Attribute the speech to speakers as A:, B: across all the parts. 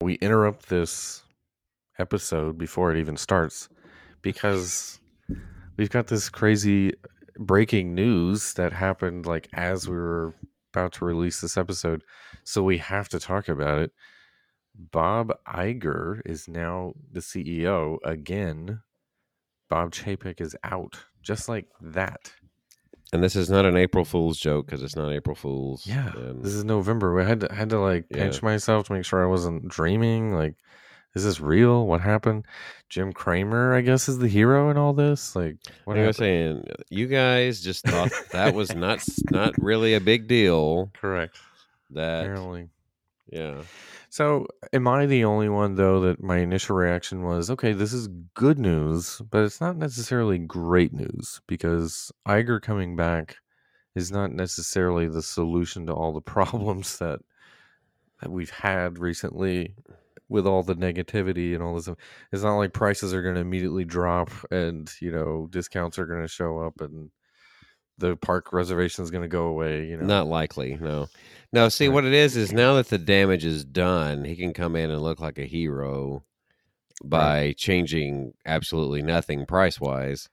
A: we interrupt this episode before it even starts because we've got this crazy breaking news that happened like as we were about to release this episode. So we have to talk about it. Bob Iger is now the CEO again. Bob Chapek is out, just like that.
B: And this is not an April Fool's joke because it's not April Fool's.
A: Yeah,
B: And
A: this is November. I had to, had to like
B: Yeah.
A: pinch myself to make sure I wasn't dreaming. Like, is this real? What happened? Jim Kramer, I guess, is the hero in all this. Like, what
B: like
A: happened?
B: I was saying, you guys just thought that was not not really a big deal.
A: Correct.
B: That
A: Apparently.
B: yeah,
A: So, am I the only one though that my initial reaction was, okay, this is good news, but it's not necessarily great news because Iger coming back is not necessarily the solution to all the problems that that we've had recently with all the negativity and all this. It's not like prices are going to immediately drop and, you know, discounts are going to show up and the park reservation is going to go away, you know.
B: not likely. No, no. See,
A: Right.
B: what it is is now that the damage is done, he can come in and look like a hero by changing absolutely nothing price wise,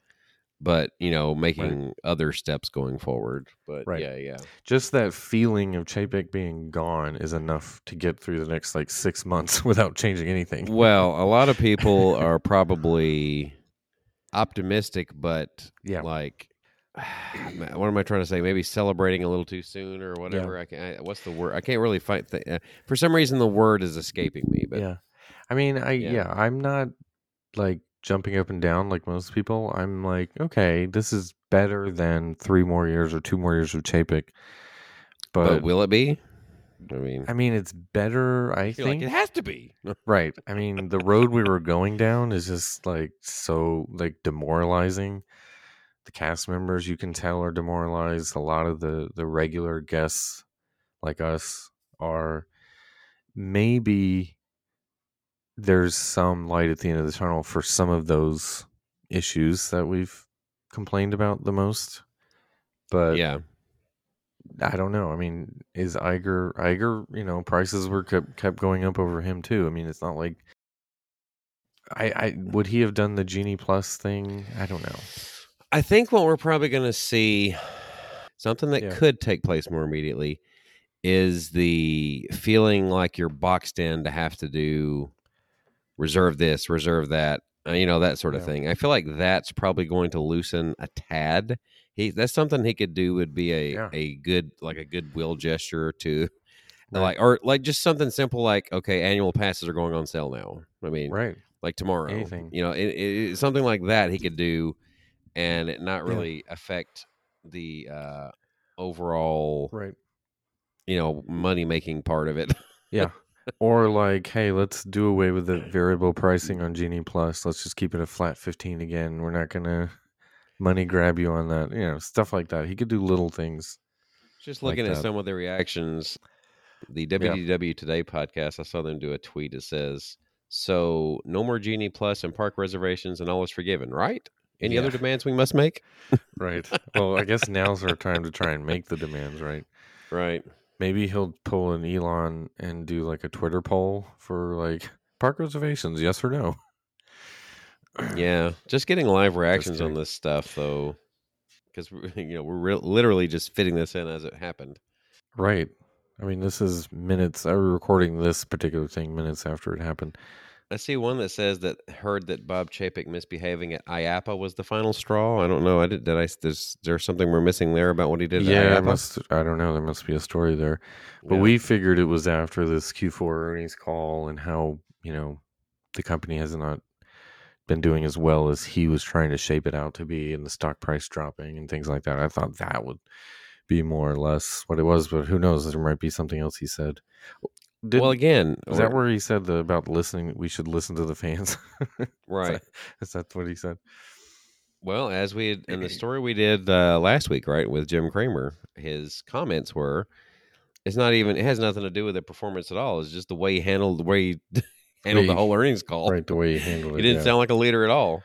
B: but you know, making other steps going forward. But
A: Right.
B: yeah, yeah.
A: just that feeling of Chapek being gone is enough to get through the next like six months without changing anything.
B: Well, a lot of people are probably optimistic, but
A: Yeah.
B: like, what am I trying to say? Maybe celebrating a little too soon or whatever. I can. I, what's the word? I can't really find. Th- uh, for some reason, the word is escaping me. But
A: yeah. I mean, I yeah.
B: Yeah.
A: I'm not like jumping up and down like most people. I'm like, okay, this is better than three more years or two more years of Chapek.
B: but,
A: But,
B: will it be? I mean,
A: I mean, it's better. I
B: I feel like
A: think
B: it has to be.
A: Right. I mean, the road we were going down is just like so like demoralizing. The cast members you can tell are demoralized. A lot of the the regular guests like us are maybe there's some light at the end of the tunnel for some of those issues that we've complained about the most. But
B: yeah,
A: I don't know. I mean, is Iger Iger? You know, prices were kept kept going up over him too. I mean, it's not like I I would he have done the genie plus thing? I don't know.
B: I think what we're probably going to see something that
A: Yeah.
B: could take place more immediately is the feeling like you're boxed in to have to do reserve this, reserve that, uh, you know, that sort of
A: Yeah.
B: thing. I feel like that's probably going to loosen a tad. He that's something he could do would be a
A: Yeah.
B: a good like a goodwill gesture to
A: Right.
B: like or like just something simple like okay, annual passes are going on sale now. I mean,
A: Right.
B: like tomorrow.
A: Anything.
B: You know, it, it, it- something like that he could do, and it not
A: Yeah.
B: really affect the uh, overall,
A: Right.
B: you know, money making part of it.
A: Yeah. or like, hey, let's do away with the variable pricing on genie plus. Let's just keep it a flat fifteen again. We're not gonna money grab you on that. You know, stuff like that. He could do little things.
B: Just
A: Like
B: looking at
A: that.
B: some of the reactions, the WDW Today podcast, I saw them do a tweet that says, "So no more genie plus and park reservations, and all is forgiven, right? Any other
A: Yeah.
B: demands we must make?
A: Right. well, I guess now's our time to try and make the demands. Right.
B: Right?
A: Maybe he'll pull an Elon and do like a Twitter poll for like park reservations, yes or no.
B: Yeah. Just getting live reactions on
A: kidding.
B: this stuff, though." Because you know we're re- literally just fitting this in as it happened.
A: Right. I mean, this is minutes. I was recording this particular thing minutes after it happened.
B: I see one that says that heard that Bob Chapek misbehaving at IAPA was the final straw. I don't know. I did. Did I? s- There's there's something we're missing there about what he did.
A: yeah,
B: at
A: there
B: IAPA?
A: must, I don't know. There must be a story there. But
B: Yeah.
A: we figured it was after this Q4 earnings call and how, you know, the company has not been doing as well as he was trying to shape it out to be and the stock price dropping and things like that. I thought that would be more or less what it was, but who knows? There might be something else he said. Did,
B: well,
A: well,
B: again,
A: is that
B: we're-
A: where he said the, about listening? We should listen to the fans.
B: right?
A: is that what he said?
B: Well, as we had in the story we did uh, last week, right, with Jim Kramer, his comments were, "It's not even. It has nothing to do with the performance at all. It's just the way he handled the way he handled the
A: Way-
B: whole earnings call.
A: Right, the way he handled
B: He
A: it.
B: didn't
A: yeah.
B: sound like a leader at all.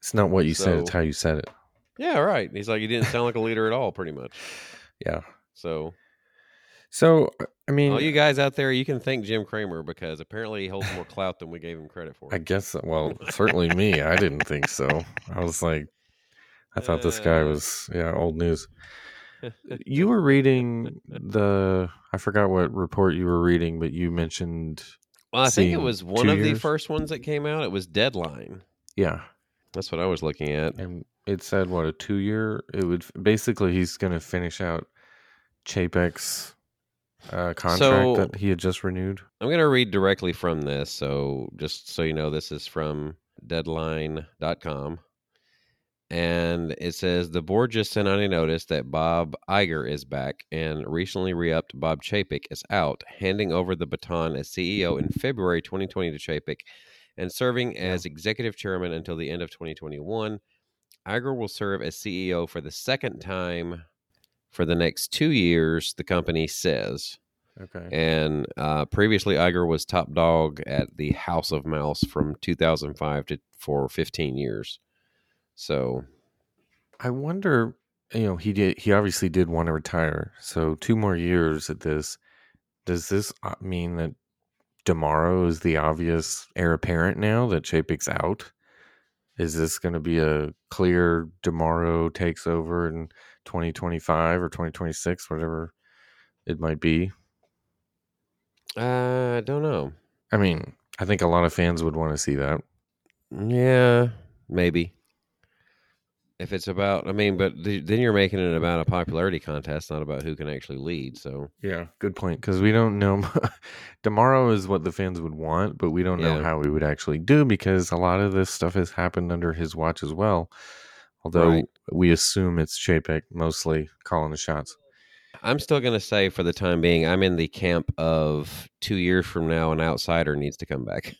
A: it's not what you said; it's
B: so-
A: how you said it.
B: Yeah, right. He's like, he didn't sound like a leader at all, pretty much.
A: Yeah.
B: So
A: So I mean,
B: All you guys out there, you can thank Jim Cramer because apparently he holds more clout than we gave him credit for.
A: I guess uh, well, certainly me. I didn't think so. I was like, I thought this guy
B: Uh.
A: was yeah old news. You were reading the I forgot what report you were reading, but you mentioned
B: Well, I think it
A: seeing
B: was one
A: two
B: of the
A: years?
B: first ones that came out. It was Deadline.
A: yeah,
B: That's what I was looking at.
A: and it said what a two year. It would basically he's going to finish out Chapek's uh, contract
B: So-
A: that he had just renewed.
B: I'm going to read directly from this. So, just so you know, this is from deadline.com. And it says the board just sent out a notice that Bob Iger is back and recently re upped Bob Chapek is out, handing over the baton as CEO in February 2020 to Chapek and serving as executive chairman until the end of 2021. Iger will serve as CEO for the second time for the next two years, the company says.
A: Okay,
B: And uh, previously, Iger was top dog at the House of Mouse from 2005 to for 15 years. So
A: I wonder, you know, he did. He obviously did want to retire. So two more years at this. Does this uh, mean that Demaro is the obvious heir apparent now that Chapek's out? Is this going to be a clear Demaro takes over in 2025 or 2026, whatever it might be?
B: uh, I don't know.
A: I mean, I think a lot of fans would want to see that.
B: Yeah, maybe. If it's about, I mean, but th- then you're making it about a popularity contest, not about who can actually lead. So
A: Yeah, good point. Because we don't know. Tomorrow is what the fans would want, but we don't know
B: Yeah.
A: how we would actually do because a lot of this stuff has happened under his watch as well. Although
B: Right.
A: we assume it's Chapek mostly calling the shots.
B: I'm still going to say, for the time being, I'm in the camp of two years from now, an outsider needs to come back.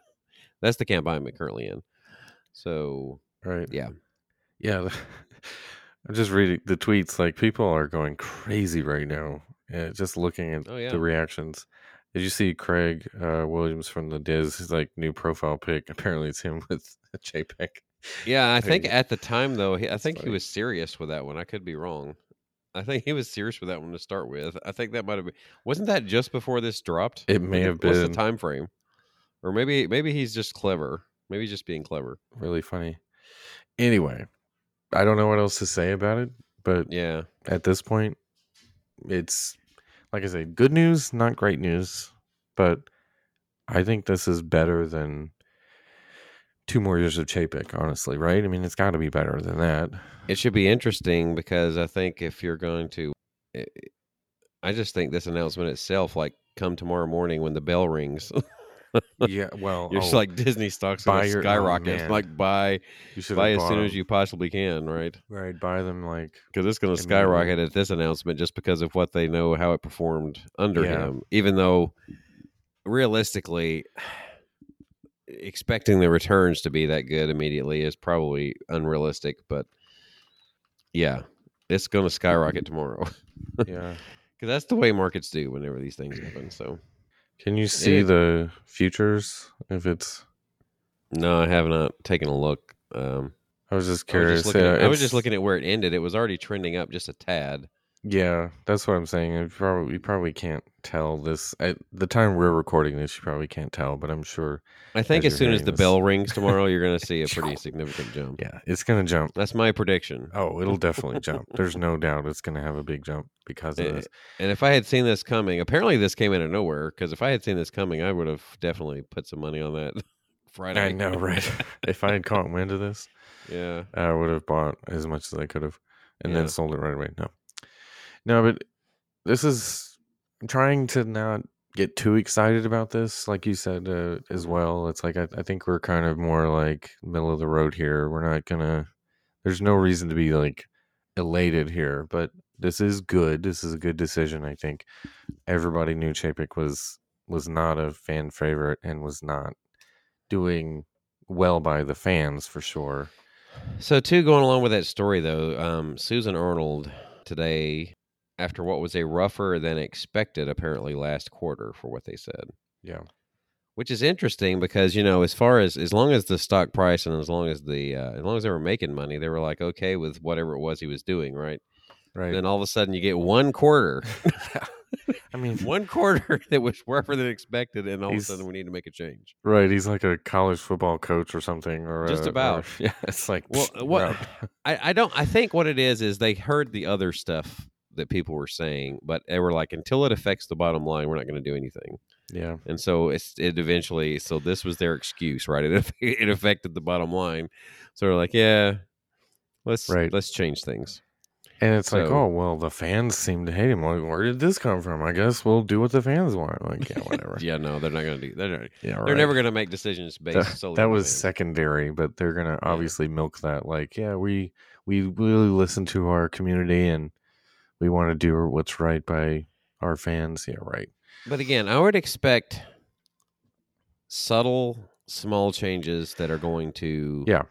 B: That's the camp I'm currently in. So
A: Right.
B: Yeah.
A: Yeah. I'm just reading the tweets. Like people are going crazy right now. Yeah, just looking at
B: Oh, yeah.
A: the reactions. Did you see Craig uh, Williams from the Diz? His like new profile pic. Apparently, it's him with Chapek.
B: Yeah, I
A: There you
B: think
A: go.
B: at the time though, he, I
A: That's
B: think he
A: funny.
B: was serious with that one. I could be wrong. I think he was serious with that one to start with. I think that might have been. Wasn't that just before this dropped?
A: It may have
B: What's the
A: been.
B: time frame? Or maybe maybe he's just clever. Maybe he's just being clever.
A: really funny. Anyway, I don't know what else to say about it, but
B: Yeah.
A: at this point, it's like I say, good news, not great news, but I think this is better than two more years of Chapek, honestly, right? I mean, it's got to be better than that.
B: It should be interesting because I think if you're going to, I- I just think this announcement itself, like come tomorrow morning when the bell rings,
A: yeah, well,
B: you're just like Disney stocks
A: Oh, buy
B: going
A: your- oh,
B: skyrocket.
A: man.
B: like buy
A: you should
B: buy as soon as you possibly can, right?
A: right buy them like
B: because it's going to
A: Immediately.
B: skyrocket at this announcement just because of what they know how it performed under
A: Yeah.
B: him. Even though realistically, expecting the returns to be that good immediately is probably unrealistic. But yeah, it's going to skyrocket tomorrow because
A: yeah.
B: that's the way markets do whenever these things happen. So
A: Can you see
B: It-
A: the futures if it's
B: no, I have not taken a look. Um,
A: I was just
B: I was
A: curious.
B: just looking at-
A: yeah,
B: I was
A: it's-
B: just looking at where it ended. It was already trending up just a tad.
A: Yeah, that's what I'm saying. You probably you probably can't tell this at the time we're recording this. You probably can't tell, but I'm sure.
B: I think
A: As
B: as
A: you're
B: soon as
A: hearing
B: the
A: this.
B: bell rings tomorrow, you're going to see a pretty significant jump.
A: Yeah, it's gonna jump.
B: That's my prediction.
A: Oh, it'll definitely jump. There's no doubt it's gonna have a big jump because of
B: Eh,
A: this.
B: And if I had seen this coming, apparently this came out of nowhere. Because if I had seen this coming, I would have definitely put some money on that Friday.
A: I know, right? if I had caught wind of this,
B: yeah.
A: I would have bought as much as I could have, and
B: Yeah.
A: then sold it right away. No, no, but this is I'm trying to not get too excited about this. Like you said uh, as well, it's like I, I think we're kind of more like middle of the road here. We're not gonna. There's no reason to be like elated here, but this is good. This is a good decision. I think everybody knew Chapek was was not a fan favorite and was not doing well by the fans for sure.
B: So, too, going along with that story, though, um, Susan Arnold today, after what was a rougher than expected, apparently last quarter, for what they said.
A: Yeah.
B: which is interesting because you know as far as as long as the stock price and as long as the uh, as long as they were making money they were like okay with whatever it was he was doing right
A: Right.
B: then all of a sudden you get one quarter
A: I mean,
B: One quarter that was rougher than expected, and all
A: He's-
B: of a sudden we need to make a change.
A: right? He's like a college football coach or something, or
B: Just
A: a-
B: about.
A: or- yeah, it's like
B: Well,
A: pfft,
B: what-
A: no.
B: I, I don't. I think what it is is they heard the other stuff that people were saying, but they were like, until it affects the bottom line, we're not going to do anything.
A: Yeah,
B: And so it's it eventually. So this was their excuse, right? It aff- it affected the bottom line, so they're like, yeah, let's
A: Right.
B: let's change things.
A: and it's like,
B: So-
A: oh well, the fans seem to hate him. Like, where did this come from? I guess we'll do what the fans want. Like, yeah, whatever.
B: Yeah, no, they're not going to do. They're, not-
A: yeah,
B: they're never going to make decisions based
A: That,
B: solely.
A: that
B: on the
A: was
B: fans.
A: secondary, but they're gonna
B: Yeah.
A: obviously milk that. Like, yeah, we we really listen to our community, and we want to do what's right by our fans. Yeah, right.
B: But again, I would expect subtle, small changes that are going to
A: Yeah.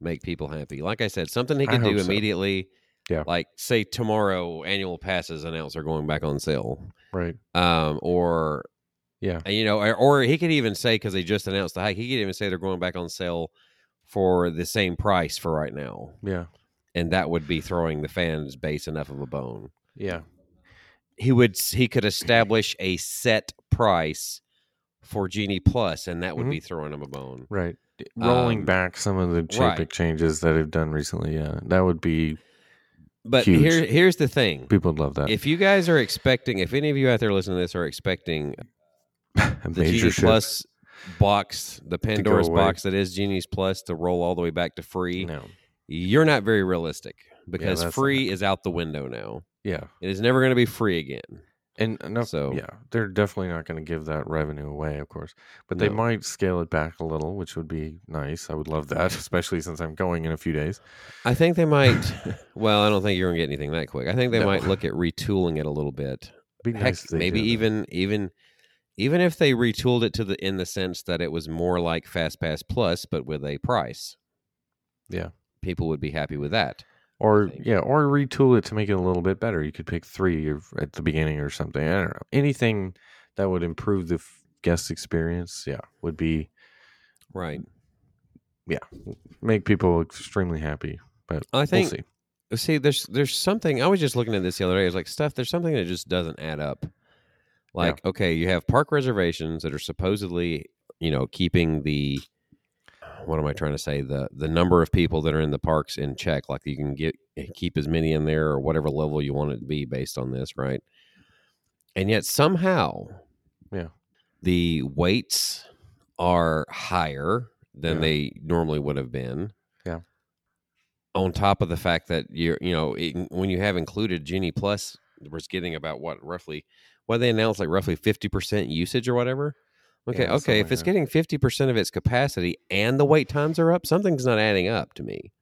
B: make people happy. Like I said, something he
A: I
B: could do
A: hope so.
B: immediately.
A: Yeah.
B: Like say tomorrow, annual passes announced are going back on sale.
A: Right.
B: Um, or
A: Yeah.
B: you know, or, or he could even say because they just announced the hike, he could even say they're going back on sale for the same price for right now,
A: Yeah.
B: and that would be throwing the fans base enough of a bone
A: Yeah.
B: he would he could establish a set price for Genie Plus, and that would
A: Mhm.
B: be throwing him a bone.
A: Right. Rolling
B: Um,
A: back some of the shape
B: right.
A: changes that have done recently. Yeah, that would be
B: But
A: Huge.
B: here here's the thing:
A: people would love that.
B: if you guys are expecting, if any of you out there listening to this are expecting
A: A
B: the
A: major
B: Genie
A: shift.
B: Plus box, the Pandora's
A: away.
B: box that is Genie's Plus, to roll all the way back to free,
A: no.
B: you're not very realistic because
A: that's-
B: free is out the window now.
A: Yeah.
B: It is never going to be free again.
A: And enough.
B: So-
A: yeah, they're definitely not going to give that revenue away, of course. But they
B: No.
A: might scale it back a little, which would be nice. I would love that, especially since I'm going in a few days.
B: I think they might. well, I don't think you're going to get anything that quick. I think they
A: No.
B: might look at retooling it a little bit.
A: Be
B: Heck,
A: nice if they
B: maybe
A: did that.
B: even even even if they retooled it to the in the sense that it was more like Fast Pass Plus, but with a price.
A: Yeah.
B: people would be happy with that.
A: or
B: thing.
A: yeah, or retool it to make it a little bit better. You could pick three or- at the beginning or something. I don't know anything that would improve the f- guest experience. Yeah, would be
B: Right.
A: make people extremely happy. But
B: I think.
A: we'll see.
B: see. there's there's something. I was just looking at this the other day. I was like, stuff. There's something that just doesn't add up. Like, okay, you have park reservations that are supposedly, you know, keeping the. What am I trying to say? The the number of people that are in the parks in check, like you can get eh, keep as many in there or whatever level you want it to be based on this, right? And yet somehow,
A: Yeah.
B: the weights are higher than
A: Yeah.
B: they normally would have been.
A: Yeah.
B: On top of the fact that you're, you know, it, when you have included Genie Plus, was getting about what roughly, what they announced like roughly fifty percent usage or whatever. Okay,
A: Yeah, something
B: okay. If
A: like
B: it's
A: that.
B: getting fifty percent of its capacity and the wait times are up, something's not adding up to me.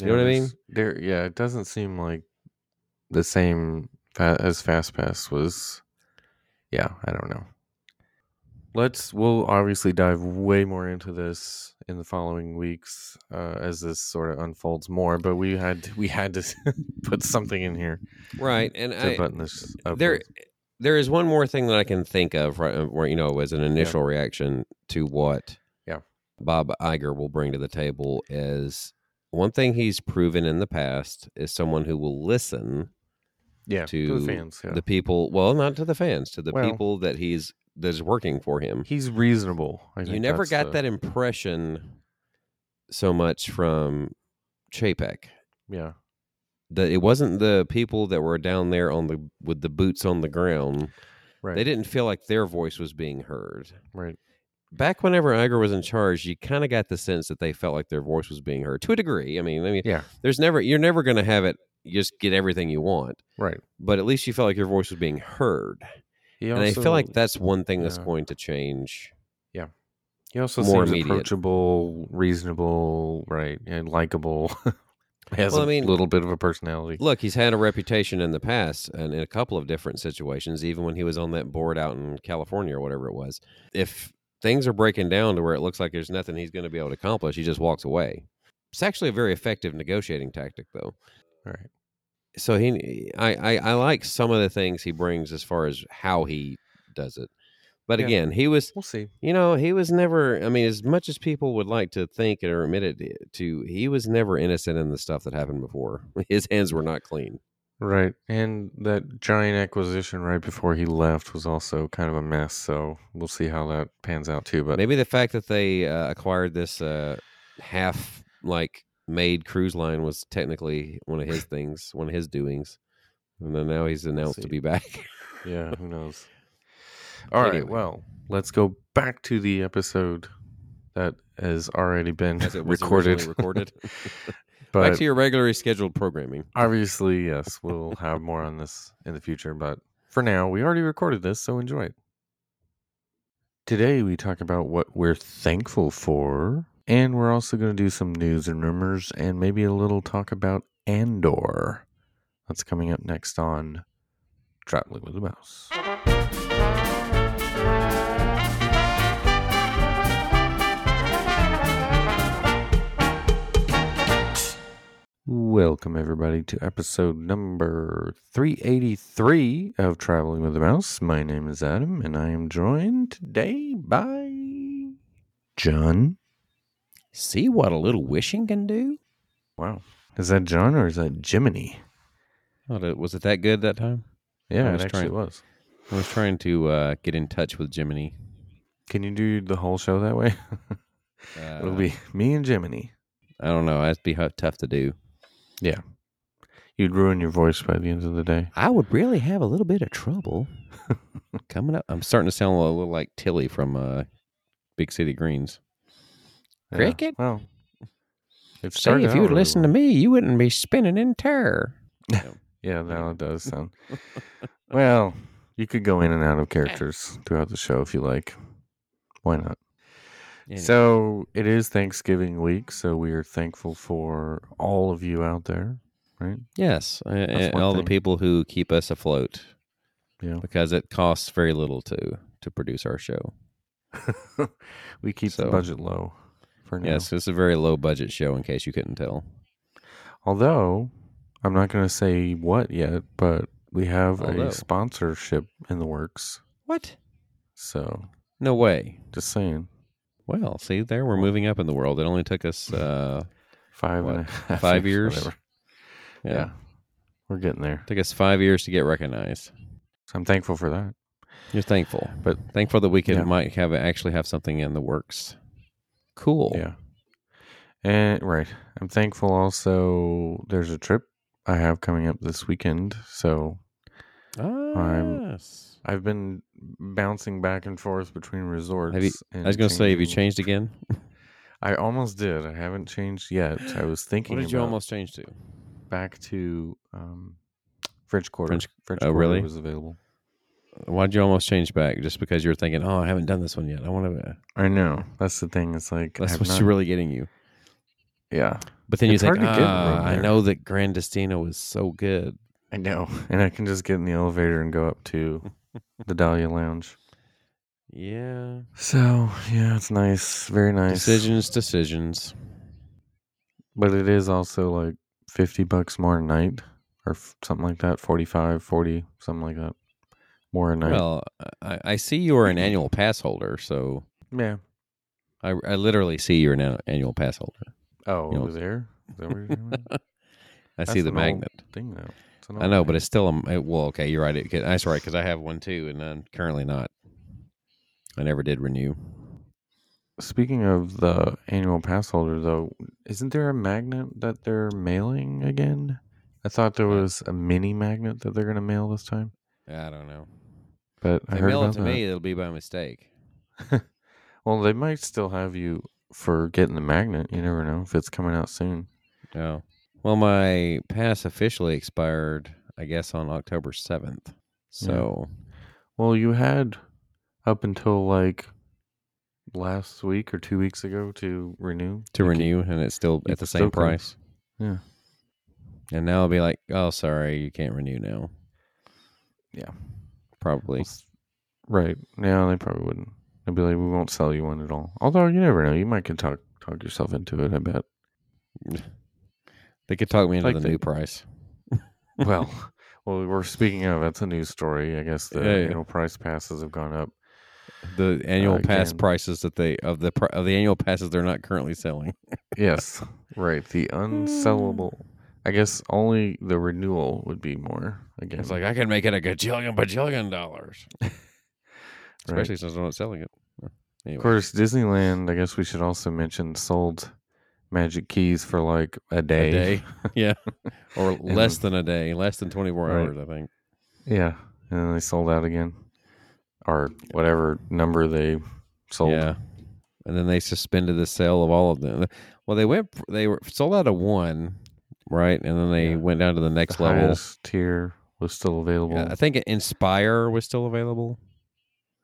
B: You know what I mean?
A: there's- There, yeah, it doesn't seem like the same fa- as Fast Pass was. Yeah, I don't know. Let's. We'll obviously dive way more into this in the following weeks uh, as this sort of unfolds more. But we had we had to put something in here
B: Right, and
A: to
B: I,
A: button this up.
B: there
A: with.
B: there is one more thing that I can think of right uh, where you know as an initial reaction to what
A: Yeah.
B: Bob Iger will bring to the table is one thing he's proven in the past is someone who will listen
A: yeah, to
B: to
A: the fans. Yeah.
B: the people well not to the fans to the
A: Well-
B: people that he's that's working for him.
A: He's reasonable. I
B: You
A: think
B: never
A: that's
B: got
A: the-
B: that impression so much from Chapek
A: Yeah,
B: that it wasn't the people that were down there on the with the boots on the ground
A: right.
B: they didn't feel like their voice was being heard.
A: Right.
B: Back whenever Iger was in charge, you kind of got the sense that they felt like their voice was being heard to a degree. I mean, I mean,
A: Yeah.
B: there's never you're never going to have it you just get everything you want,
A: Right.
B: but at least you felt like your voice was being heard.
A: He
B: and I feel
A: also-
B: like that's one thing that's
A: yeah.
B: going to change.
A: He also
B: more
A: seems
B: immediate.
A: approachable, reasonable, right, and likable. Has
B: Well,
A: a
B: I mean-
A: little bit of a personality.
B: Look, he's had a reputation in the past and in a couple of different situations, even when he was on that board out in California or whatever it was. If things are breaking down to where it looks like there's nothing he's going to be able to accomplish, he just walks away. It's actually a very effective negotiating tactic, though.
A: Right.
B: So he, I, I, I like some of the things he brings as far as how he does it. But
A: Yeah.
B: again, he was
A: We'll see.
B: you know, he was never, I mean, as much as people would like to think or admit it to, he was never innocent in the stuff that happened before. His hands were not clean.
A: Right. And that giant acquisition right before he left was also kind of a mess. So we'll see how that pans out too. But
B: Maybe the fact that they uh, acquired this uh, half like made cruise line was technically one of his things, one of his doings. And then now he's announced to
A: see.
B: be back.
A: yeah, who knows? All right.
B: Anyway.
A: Well, let's go back to the episode that has already been
B: As it was
A: recorded.
B: originally recorded. back
A: but
B: to your regularly scheduled programming.
A: obviously, yes, we'll have more on this in the future. But for now, we already recorded this, so enjoy it. Today, we talk about what we're thankful for. And we're also going to do some news and rumors and maybe a little talk about Andor. That's coming up next on Traveling with the Mouse. Welcome, everybody, to episode number 383 of Traveling with the Mouse. My name is Adam, and I am joined today by John.
B: See what a little wishing can do?
A: Wow. Is that John or is that Jiminy?
B: Oh, that- was it that good that time? I
A: Yeah, it
B: was
A: actually
B: trying-
A: was.
B: I was trying to uh, get in touch with Jiminy.
A: Can you do the whole show that way?
B: Uh,
A: It'll be me and Jiminy.
B: I don't know. That'd be hu- tough to do.
A: You'd ruin your voice by the end of the day.
B: I would really have a little bit of trouble coming up. I'm starting to sound a little like Tilly from uh, Big City Greens.
A: Yeah.
B: Cricket?
A: Well, it
B: Say,
A: started
B: if
A: out
B: you would
A: really
B: listen to
A: well.
B: me, you wouldn't be spinning in terror.
A: Yeah, now it does sound. well, you could go in and out of characters throughout the show if you like. Why not? So it is Thanksgiving week, so we are thankful for all of you out there, right?
B: yes, uh, and
A: one
B: all
A: thing.
B: the people who keep us afloat
A: Yeah.
B: because it costs very little to to produce our show.
A: we keep the
B: So-
A: budget low for now.
B: Yes, it's a very low budget show. In case you couldn't tell,
A: Although I'm not going to say what yet, but we have
B: Although.
A: a sponsorship in the works.
B: what?
A: So
B: No way.
A: just saying,
B: Well, see, there we're moving up in the world. It only took us, uh,
A: five and a
B: What,
A: half
B: five years?
A: whatever.
B: yeah,
A: yeah, we're getting there.
B: took us five years to get recognized.
A: So I'm thankful for that.
B: You're thankful,
A: But-
B: but thankful that we could
A: Yeah.
B: might have actually have something in the works. Cool.
A: Yeah. And right. I'm thankful also there's a trip I have coming up this weekend. So I'm-
B: Ah, yes.
A: I've been bouncing back and forth between resorts. and
B: I was gonna say, have you
A: changing-
B: changed again?
A: I almost did. I haven't changed yet. I was thinking
B: what did
A: about
B: you almost change to?
A: back to um, French Quarter.
B: French-
A: French
B: oh,
A: Quarter
B: really?
A: was available.
B: Why did you almost change back? Just because you were thinking, oh, I haven't done this one yet. I want to.
A: I know. That's the thing. It's like I
B: That's
A: have
B: what's
A: not-
B: really getting you.
A: yeah.
B: But then you
A: It's
B: think,
A: hard to get
B: "Ah,
A: room
B: I
A: there."
B: know that Grandestino was so good.
A: I know. And I can just get in the elevator and go up to the Dahlia Lounge.
B: Yeah.
A: So yeah, it's nice, very nice.
B: Decisions, decisions.
A: but it is also like fifty bucks more a night, or f- something like that. 45, 40, something like that, more a night.
B: Well, I, I see you are an annual pass holder, so
A: yeah.
B: I, I literally see you're an an annual pass holder.
A: Oh,
B: You know-
A: over there. Is that what you're talking about?
B: I
A: That's
B: see the
A: an old
B: magnet.
A: thing though. It's an
B: I
A: old
B: know,
A: thing.
B: but it's still a it- well. Okay, you're right. It, could- that's right because I have one too, and I'm currently not. I never did renew.
A: speaking of the annual pass holder, though, isn't there a magnet that they're mailing again? I thought there was a mini magnet that they're gonna mail this time,
B: I don't know.
A: but
B: If
A: I
B: they
A: heard
B: mail it
A: about
B: to
A: that.
B: me, it'll be by mistake.
A: Well, they might still have you for getting the magnet. You never know if it's coming out soon.
B: Oh. Well, my pass officially expired, I guess, on October seventh. So
A: Well, you had up until like last week or two weeks ago to renew. You
B: to
A: can-
B: renew, and it's still
A: you
B: at the
A: can still
B: same
A: come.
B: price.
A: Yeah.
B: And now I'll be like, oh, sorry, you can't renew now.
A: Yeah.
B: Probably.
A: Right. Yeah, they probably wouldn't. They'd be like, we won't sell you one at all. Although you never know. You might can talk talk yourself into it, I bet.
B: They could talk me into
A: Like
B: the
A: the-
B: new price.
A: well well we're speaking of that's a news story. I guess the
B: Yeah, yeah.
A: you know price passes have gone up.
B: The annual
A: Uh,
B: pass
A: again.
B: prices that they of the pri- of the annual passes they're not currently selling.
A: Yes. right. The unsellable I guess only the renewal would be more. Again,
B: It's like I can make it a gajillion bajillion dollars, especially since I'm not selling it.
A: Of
B: Anyway.
A: course, Disneyland. I guess we should also mention sold Magic Keys for like a day.
B: day. yeah, or
A: And-
B: less than a day, less than 24
A: Right.
B: hours, I think.
A: yeah, and then they sold out again, or whatever number they sold.
B: Yeah, and then they suspended the sale of all of them. Well, they went, they were sold out of one, right, and then they
A: Yeah.
B: went down to the next
A: the
B: level.
A: highest tier was still available.
B: Yeah,
A: Yeah,
B: I think Inspire was still available.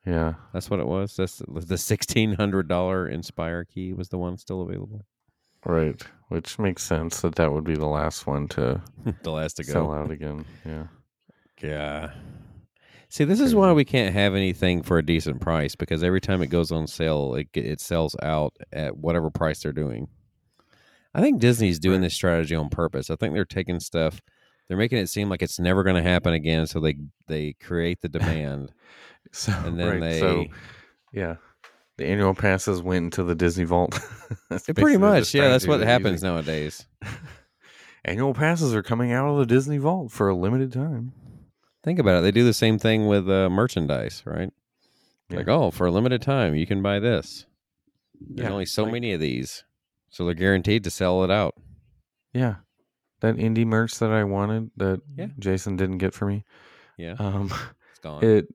A: yeah.
B: That's what it was. That's the sixteen hundred dollar Inspire key was the one still available.
A: right. Which makes sense that that would be the last one to
B: the last to go.
A: sell out again. Yeah.
B: Yeah. See, this is why
A: Crazy.
B: we can't have anything for a decent price because every time it goes on sale, it ge- it sells out at whatever price they're doing. I think Disney's doing this strategy on purpose. I think they're taking stuff, they're making it seem like it's never going to happen again, so they they create the demand
A: So
B: and then
A: right,
B: they
A: so yeah. The annual passes went into the Disney Vault. That's basically
B: pretty
A: the
B: much yeah, that's
A: strategy
B: what
A: they're
B: happens
A: using.
B: nowadays.
A: Annual passes are coming out of the Disney Vault for a limited time.
B: Think about it. They do the same thing with uh, merchandise, right?
A: Yeah.
B: Like, oh, for a limited time, you can buy this. There's
A: Yeah,
B: only so
A: like-
B: many of these, so they're guaranteed to sell it out.
A: Yeah. That indie merch that I wanted that
B: Yeah.
A: Jason didn't get for me.
B: Yeah,
A: Um
B: it's gone.
A: it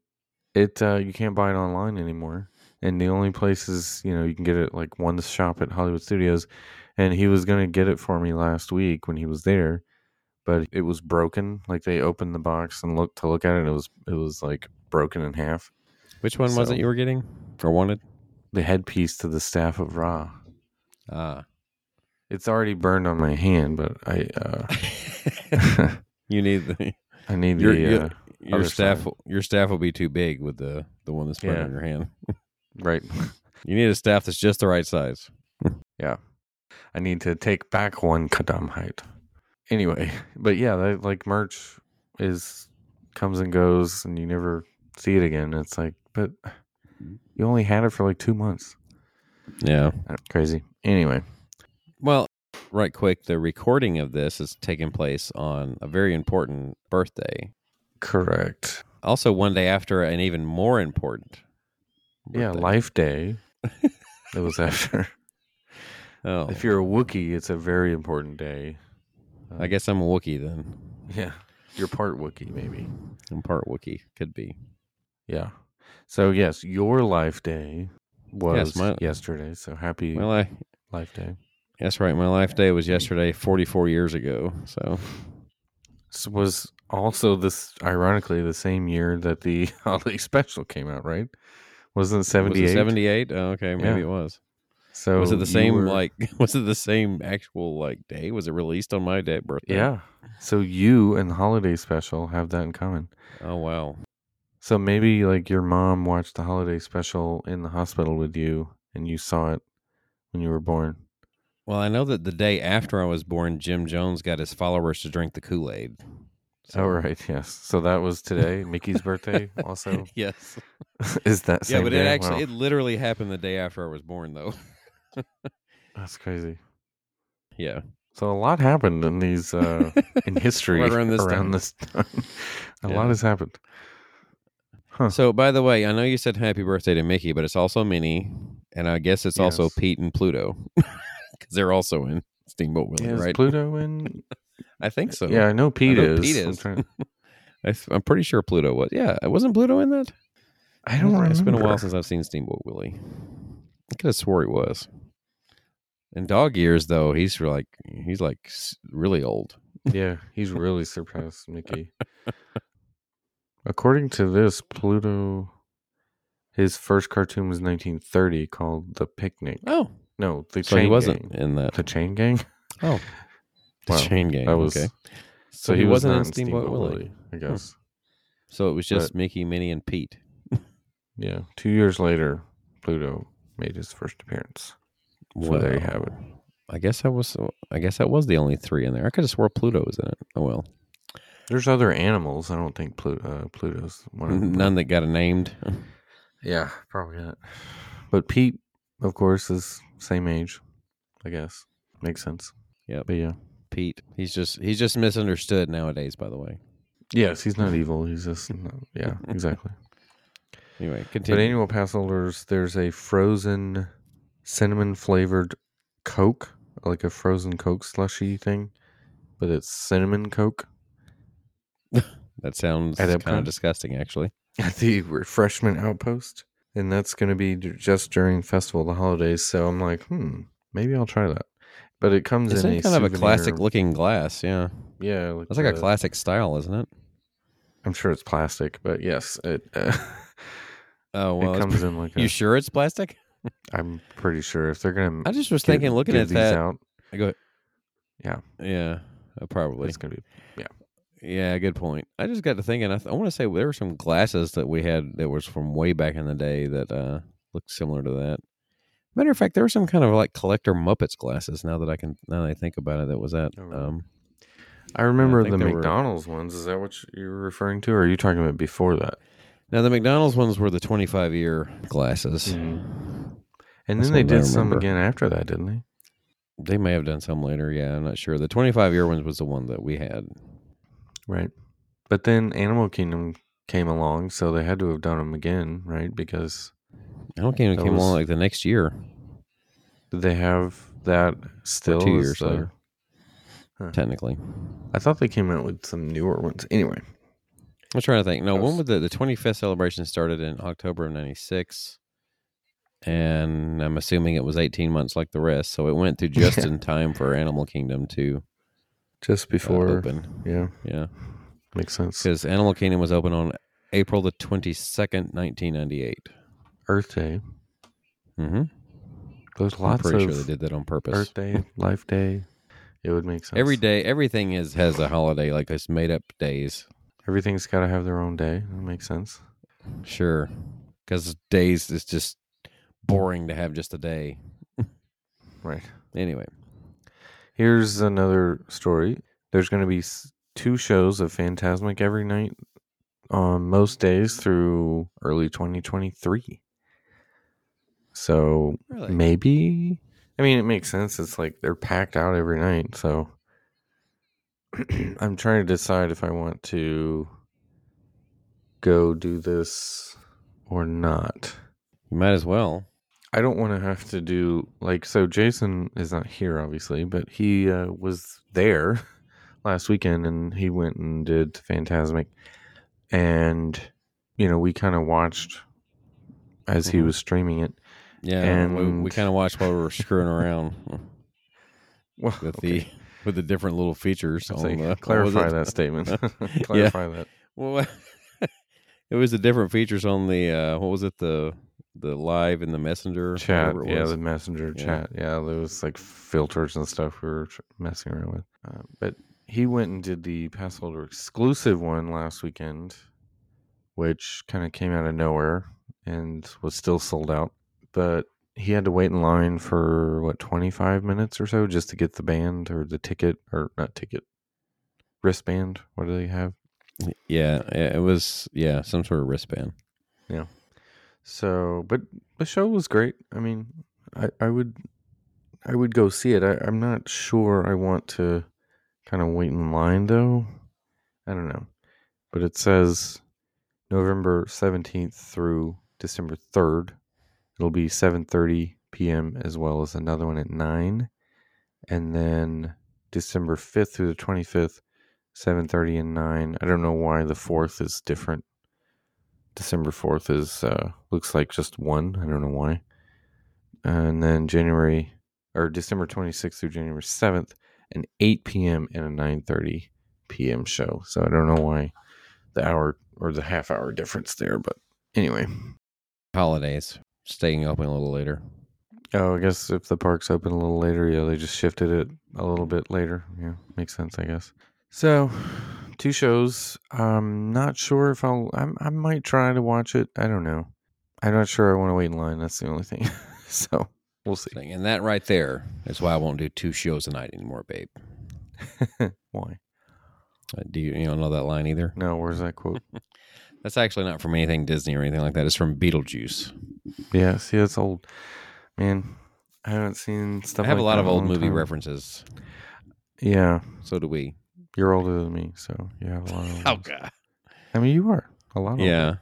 A: it uh you can't buy it online anymore. And the only places, you know, you can get it like one shop at Hollywood Studios and he was gonna get it for me last week when he was there, but it was broken. Like they opened the box and looked to look at it and it was it was like broken in half.
B: Which one was
A: So-
B: it you were getting or wanted?
A: The headpiece to the staff of Ra.
B: Ah,
A: It's already burned on my hand, but I uh
B: you need the
A: I need
B: your,
A: the
B: your,
A: uh,
B: your
A: other
B: staff.
A: side.
B: will- Your staff will be too big with the the one that's put
A: Yeah.
B: in your hand.
A: right
B: You need a staff that's just the right size.
A: I need to take back one kadam height. Anyway, but yeah, that, like merch is comes and goes, and you never see it again. It's like, but you only had it for like two months.
B: Yeah.
A: Uh, Crazy. Anyway,
B: Well, right quick, the recording of this is taking place on a very important birthday.
A: correct.
B: Also, one day after an even more important.
A: Yeah,
B: birthday.
A: Life Day. it was after.
B: Oh,
A: If you're a Wookiee, it's a very important day.
B: I guess I'm a Wookiee then.
A: Yeah, you're part Wookiee, maybe.
B: I'm part Wookiee. Could be.
A: Yeah. So yes, your Life Day was
B: my-
A: yesterday. So happy
B: Well, I
A: Life Day.
B: that's right. My life day was yesterday, 44 years ago. So
A: s- was also this ironically the same year that the holiday special came out, right? Wasn't
B: Was it
A: seventy eight?
B: 78? Oh, okay, maybe
A: Yeah.
B: it was.
A: So
B: was it
A: you
B: the same
A: were-
B: like was it the same actual like day? Was it released on my day birthday?
A: Yeah. So you and the holiday special have that in common.
B: Oh wow.
A: So maybe like your mom watched the holiday special in the hospital with you, and you saw it when you were born.
B: Well, I know that the day after I was born, Jim Jones got his followers to drink the Kool-Aid.
A: Oh right, yes. So that was today, Mickey's birthday. Also,
B: yes.
A: is that same
B: yeah, but it
A: day?
B: actually
A: Wow,
B: it literally happened the day after I was born though.
A: that's crazy.
B: yeah.
A: So a lot happened in these uh, in history
B: Right around this time.
A: this time. a
B: Yeah.
A: lot has happened. Huh.
B: So by the way, I know you said happy birthday to Mickey, but it's also Minnie, and I guess it's also
A: Yes.
B: Pete and Pluto. Cuz they're also in Steamboat Willie,
A: is
B: right?
A: Pluto in?
B: I think so.
A: yeah, I know Pete
B: know
A: is.
B: Pete
A: I'm
B: is.
A: trying-
B: I th- I'm pretty sure Pluto was. Yeah, wasn't Pluto in that?
A: I don't remember.
B: It's been a while since I've seen Steamboat Willie. I could have swore he was. In dog years, though, he's re- like he's like s- really old.
A: yeah, he's really surpassed Mickey. According to this, Pluto, his first cartoon was 1930, called The Picnic.
B: Oh,
A: No, the
B: so
A: Chain
B: he wasn't
A: Gang.
B: in that.
A: The Chain Gang.
B: Oh, the
A: Wow,
B: chain gang.
A: that was-
B: okay.
A: So,
B: he
A: was
B: wasn't
A: not
B: in Steamboat Willie. Hmm.
A: I guess.
B: So it was just Mickey, Minnie, and Pete.
A: Yeah. Two years later, Pluto made his first appearance. So there you have it.
B: I guess I was. I guess that was the only three in there. I could have swore Pluto was in it. Oh well,
A: There's other animals. I don't think Plu- uh, Pluto's one of them. but-
B: none that got a named.
A: Yeah, probably not. But Pete, of course, is same age. I guess makes sense.
B: Yep.
A: But yeah,
B: Pete. He's just he's just misunderstood nowadays. By the way.
A: Yes, he's not evil. He's just yeah, exactly.
B: Anyway,
A: But
B: continue.
A: annual pass holders, there's a frozen cinnamon flavored Coke, like a frozen Coke slushy thing, but it's cinnamon Coke
B: that sounds
A: At
B: kind
A: Epcot?
B: of disgusting, actually.
A: at the refreshment outpost, and that's going to be d- just during festival of the holidays. So I'm like, hmm, maybe I'll try that. But it comes
B: It's
A: in
B: kind
A: a
B: of a Uh, classic
A: souvenir-
B: looking glass. Yeah,
A: Yeah,
B: that's like a
A: the-
B: classic style, isn't it?
A: I'm sure it's plastic, but yes, it uh,
B: Oh well,
A: it
B: it's
A: comes
B: pre-
A: in like
B: you
A: a.
B: sure it's plastic?
A: am pretty sure if they're going
B: I
A: to
B: just was thinking, looking at
A: these
B: that.
A: out,
B: I go,
A: Yeah.
B: yeah, uh, probably.
A: it's going to be
B: Yeah, good point. I just got to thinking. I, th- I want to say there were some glasses that we had that was from way back in the day that uh, looked similar to that. Matter of fact, there were some kind of like collector Muppets glasses. Now that I can, now that I think about it, that was that.
A: Oh, really?
B: Um,
A: I remember
B: think
A: the
B: there were-
A: McDonald's ones. Is that what you're referring to, or are you talking about before that?
B: now the McDonald's ones were the twenty-five year glasses. Mm-hmm.
A: And
B: That's
A: then they
B: what I
A: did some
B: remember.
A: again after that, didn't they?
B: They may have done some later. Yeah, I'm not sure. The twenty-five year ones was the one that we had.
A: Right. But then Animal Kingdom came along, so they had to have done them again, right? Because
B: I don't think it
A: That
B: came along
A: was-
B: like the next year.
A: did they have that still
B: two
A: as
B: years
A: the-
B: later. Technically,
A: I thought they came out with some newer ones. Anyway,
B: I'm trying to think. No,
A: That was-
B: when would the the 25th celebration started in October of '96, and I'm assuming it was 18 months like the rest, so it went through just
A: Yeah.
B: in time for Animal Kingdom to
A: just
B: uh,
A: before,
B: open.
A: yeah,
B: Yeah,
A: makes sense.
B: because Animal Kingdom was open on April the 22nd, 1998.
A: Earth Day.
B: Mm-hmm.
A: There's
B: I'm
A: lots
B: pretty sure
A: of
B: they did that on purpose.
A: Earth Day, Life Day. It would make sense.
B: Every day, everything is has a holiday like this made up days.
A: everything's got to have their own day. That makes sense.
B: Sure, because days is just boring to have just a day.
A: Right.
B: Anyway,
A: Here's another story. There's going to be s- two shows of Phantasmic every night on most days through early 2023. So
B: really.
A: maybe, I mean, it makes sense. It's like they're packed out every night. So I'm trying to decide if I want to go do this or not.
B: You might as well.
A: I don't want to have to do like so. Jason is not here, obviously, but he uh, was there last weekend, and he went and did Phantasmic, and you know we kind of watched as he
B: Mhm.
A: was streaming it.
B: Yeah, we, we
A: And-
B: kind of watched while we were screwing around
A: Well,
B: with
A: okay.
B: the with the different little features.
A: I'll
B: on
A: say,
B: the- what was
A: clarify
B: it?
A: that statement. clarify that.
B: Well, it was the different features on the uh, what was it the the live and the messenger
A: chat.
B: whatever it
A: Yeah,
B: was.
A: the messenger
B: Yeah.
A: chat. Yeah, there was like filters and stuff we were tr- messing around with. Uh, but he went and did the pass holder exclusive one last weekend, which kind of came out of nowhere and was still sold out. But he had to wait in line for what 25 minutes or so just to get the band or the ticket or not ticket wristband. What do they have?
B: yeah, yeah, it was yeah some sort of wristband.
A: So, but the show was great. I mean, I, I would I would go see it. I, I'm not sure I want to kind of wait in line though. I don't know. But it says November 17th through December 3rd. It'll be 7:30 p.m. as well as another one at 9 and then December 5th through the 25th 7:30 and 9. I don't know why the 4th is different. December 4th is uh, looks like just one. I don't know why. And then January or December 26th through January 7th, an 8 p.m. and a 9:30 p.m. show. So I don't know why the hour or the half hour difference there, but anyway.
B: Holidays, staying open a little later.
A: Oh, I guess if the park's open a little later, yeah, they just shifted it a little bit later. Yeah, makes sense, I guess. So, two shows. I'm not sure if I'll. I'm, I might try to watch it. I don't know. I'm not sure. I want to wait in line. That's the only thing. so we'll see.
B: Thing. And that right there is why I won't do two shows a night anymore, babe.
A: Why?
B: Uh, Do you you don't know that line either?
A: No. Where's that quote?
B: That's actually not from anything Disney or anything like that. It's from Beetlejuice.
A: yeah. See, that's old. Man, I haven't seen stuff.
B: I have
A: like
B: a lot
A: that
B: of
A: in
B: old
A: long
B: movie
A: time.
B: references.
A: Yeah,
B: So do we.
A: you're older than me, so you have a lot of. those.
B: Oh, god.
A: I mean, you are a lot. Older,
B: Yeah.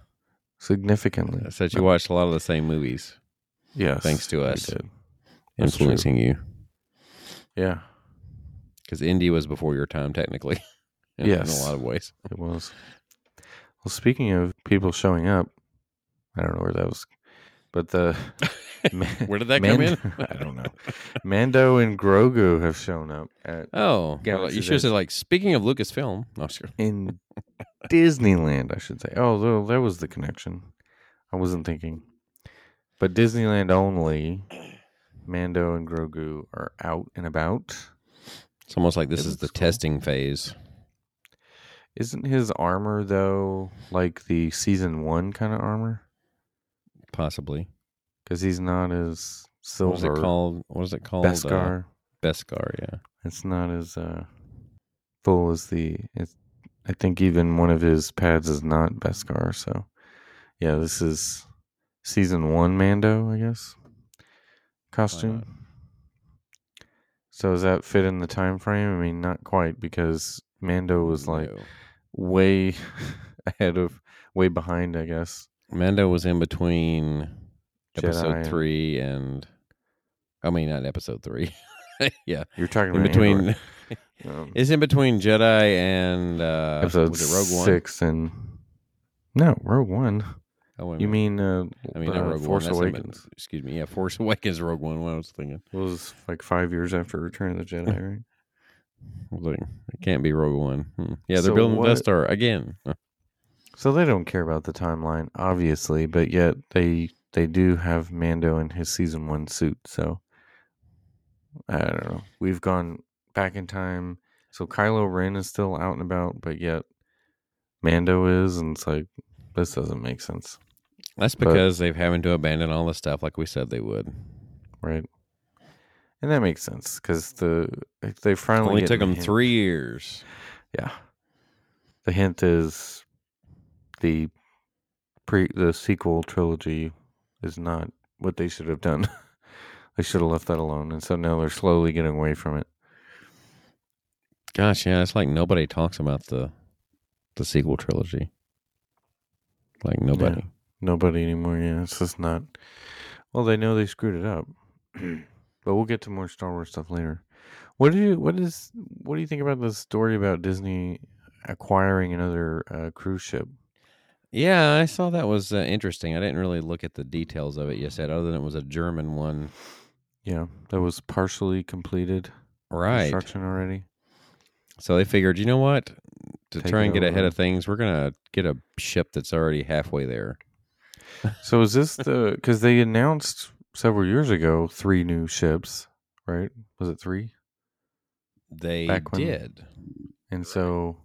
A: significantly.
B: I said you watched a lot of the same movies
A: Yes,
B: thanks to
A: we
B: us.
A: did. That's true.
B: influencing you
A: Yeah,
B: because Indy was before your time technically. in,
A: Yes.
B: In a lot of ways.
A: it was. Well, speaking of people showing up, I don't know where that was, but the
B: Where did that
A: Mando-
B: come in?
A: I don't know. Mando and Grogu have shown up at
B: Oh,
A: Yeah,
B: well,
A: it's
B: you
A: his
B: should have
A: age.
B: said like speaking of Lucasfilm. No, sure.
A: in Disneyland, I should say. Oh, tho- there was the connection. I wasn't thinking. But Disneyland only, Mando and Grogu are out and about.
B: It's almost like this
A: It
B: is the
A: looks cool.
B: testing phase.
A: Isn't his armor though like the season one kind of armor?
B: Possibly.
A: Because he's not as
B: What is
A: silver.
B: it called? What is it called? Uh,
A: Beskar.
B: Beskar, yeah.
A: It's not as uh, full as the. It's, I think even one of his pads is not Beskar. So, yeah, this is season one Mando, I guess. Costume.
B: not?
A: So does that fit in the time frame? I mean, not quite because Mando was like
B: No.
A: way ahead of, way behind, I guess.
B: Mando was in between episode
A: Jedi and-
B: three and I mean not episode three. yeah.
A: You're talking
B: In
A: about Andor.
B: between
A: Um,
B: it's in between Jedi and uh
A: episode
B: was it Rogue One?
A: six and no Rogue One.
B: Oh, wait a
A: You
B: minute.
A: mean uh,
B: I mean
A: uh,
B: not Rogue
A: Force
B: One. that's in-
A: Awakens?
B: excuse me. Yeah, Force Awakens Rogue One, what I was thinking.
A: It was like five years after Return of the Jedi, right?
B: I was like, it can't be Rogue One. Hmm. Yeah, they're
A: So
B: building
A: what-
B: Vestar again. Huh.
A: so they don't care about the timeline, obviously, but yet they they do have Mando in his season one suit. So I don't know. We've gone back in time. So Kylo Ren is still out and about, but yet Mando is, and it's like this doesn't make sense,
B: That's
A: But-
B: because they've having to abandon all the stuff like we said they would.
A: right? And that makes sense because the they finally
B: Only
A: get
B: took
A: the
B: them
A: hint.
B: three years.
A: Yeah. The hint is the pre the sequel trilogy is not what they should have done. they should have left that alone, and so now they're slowly getting away from it.
B: Gosh, yeah, it's like nobody talks about the the sequel trilogy. Like nobody.
A: Nobody anymore. Yeah, it's just not. Well, they know they screwed it up, but we'll get to more Star Wars stuff later. What do you what is what do you think about the story about Disney acquiring another uh, cruise ship?
B: Yeah, I saw that was uh, interesting. I didn't really look at the details of it yet, said, other than it was a German one.
A: Yeah, that was partially completed
B: Right.
A: construction already.
B: So they figured, you know what? To
A: Take
B: try
A: it
B: and get ahead
A: over.
B: of things, we're going to get a ship that's already halfway there.
A: So is this the because they announced several years ago three new ships, right? Was it three?
B: They
A: Back when-
B: did.
A: And so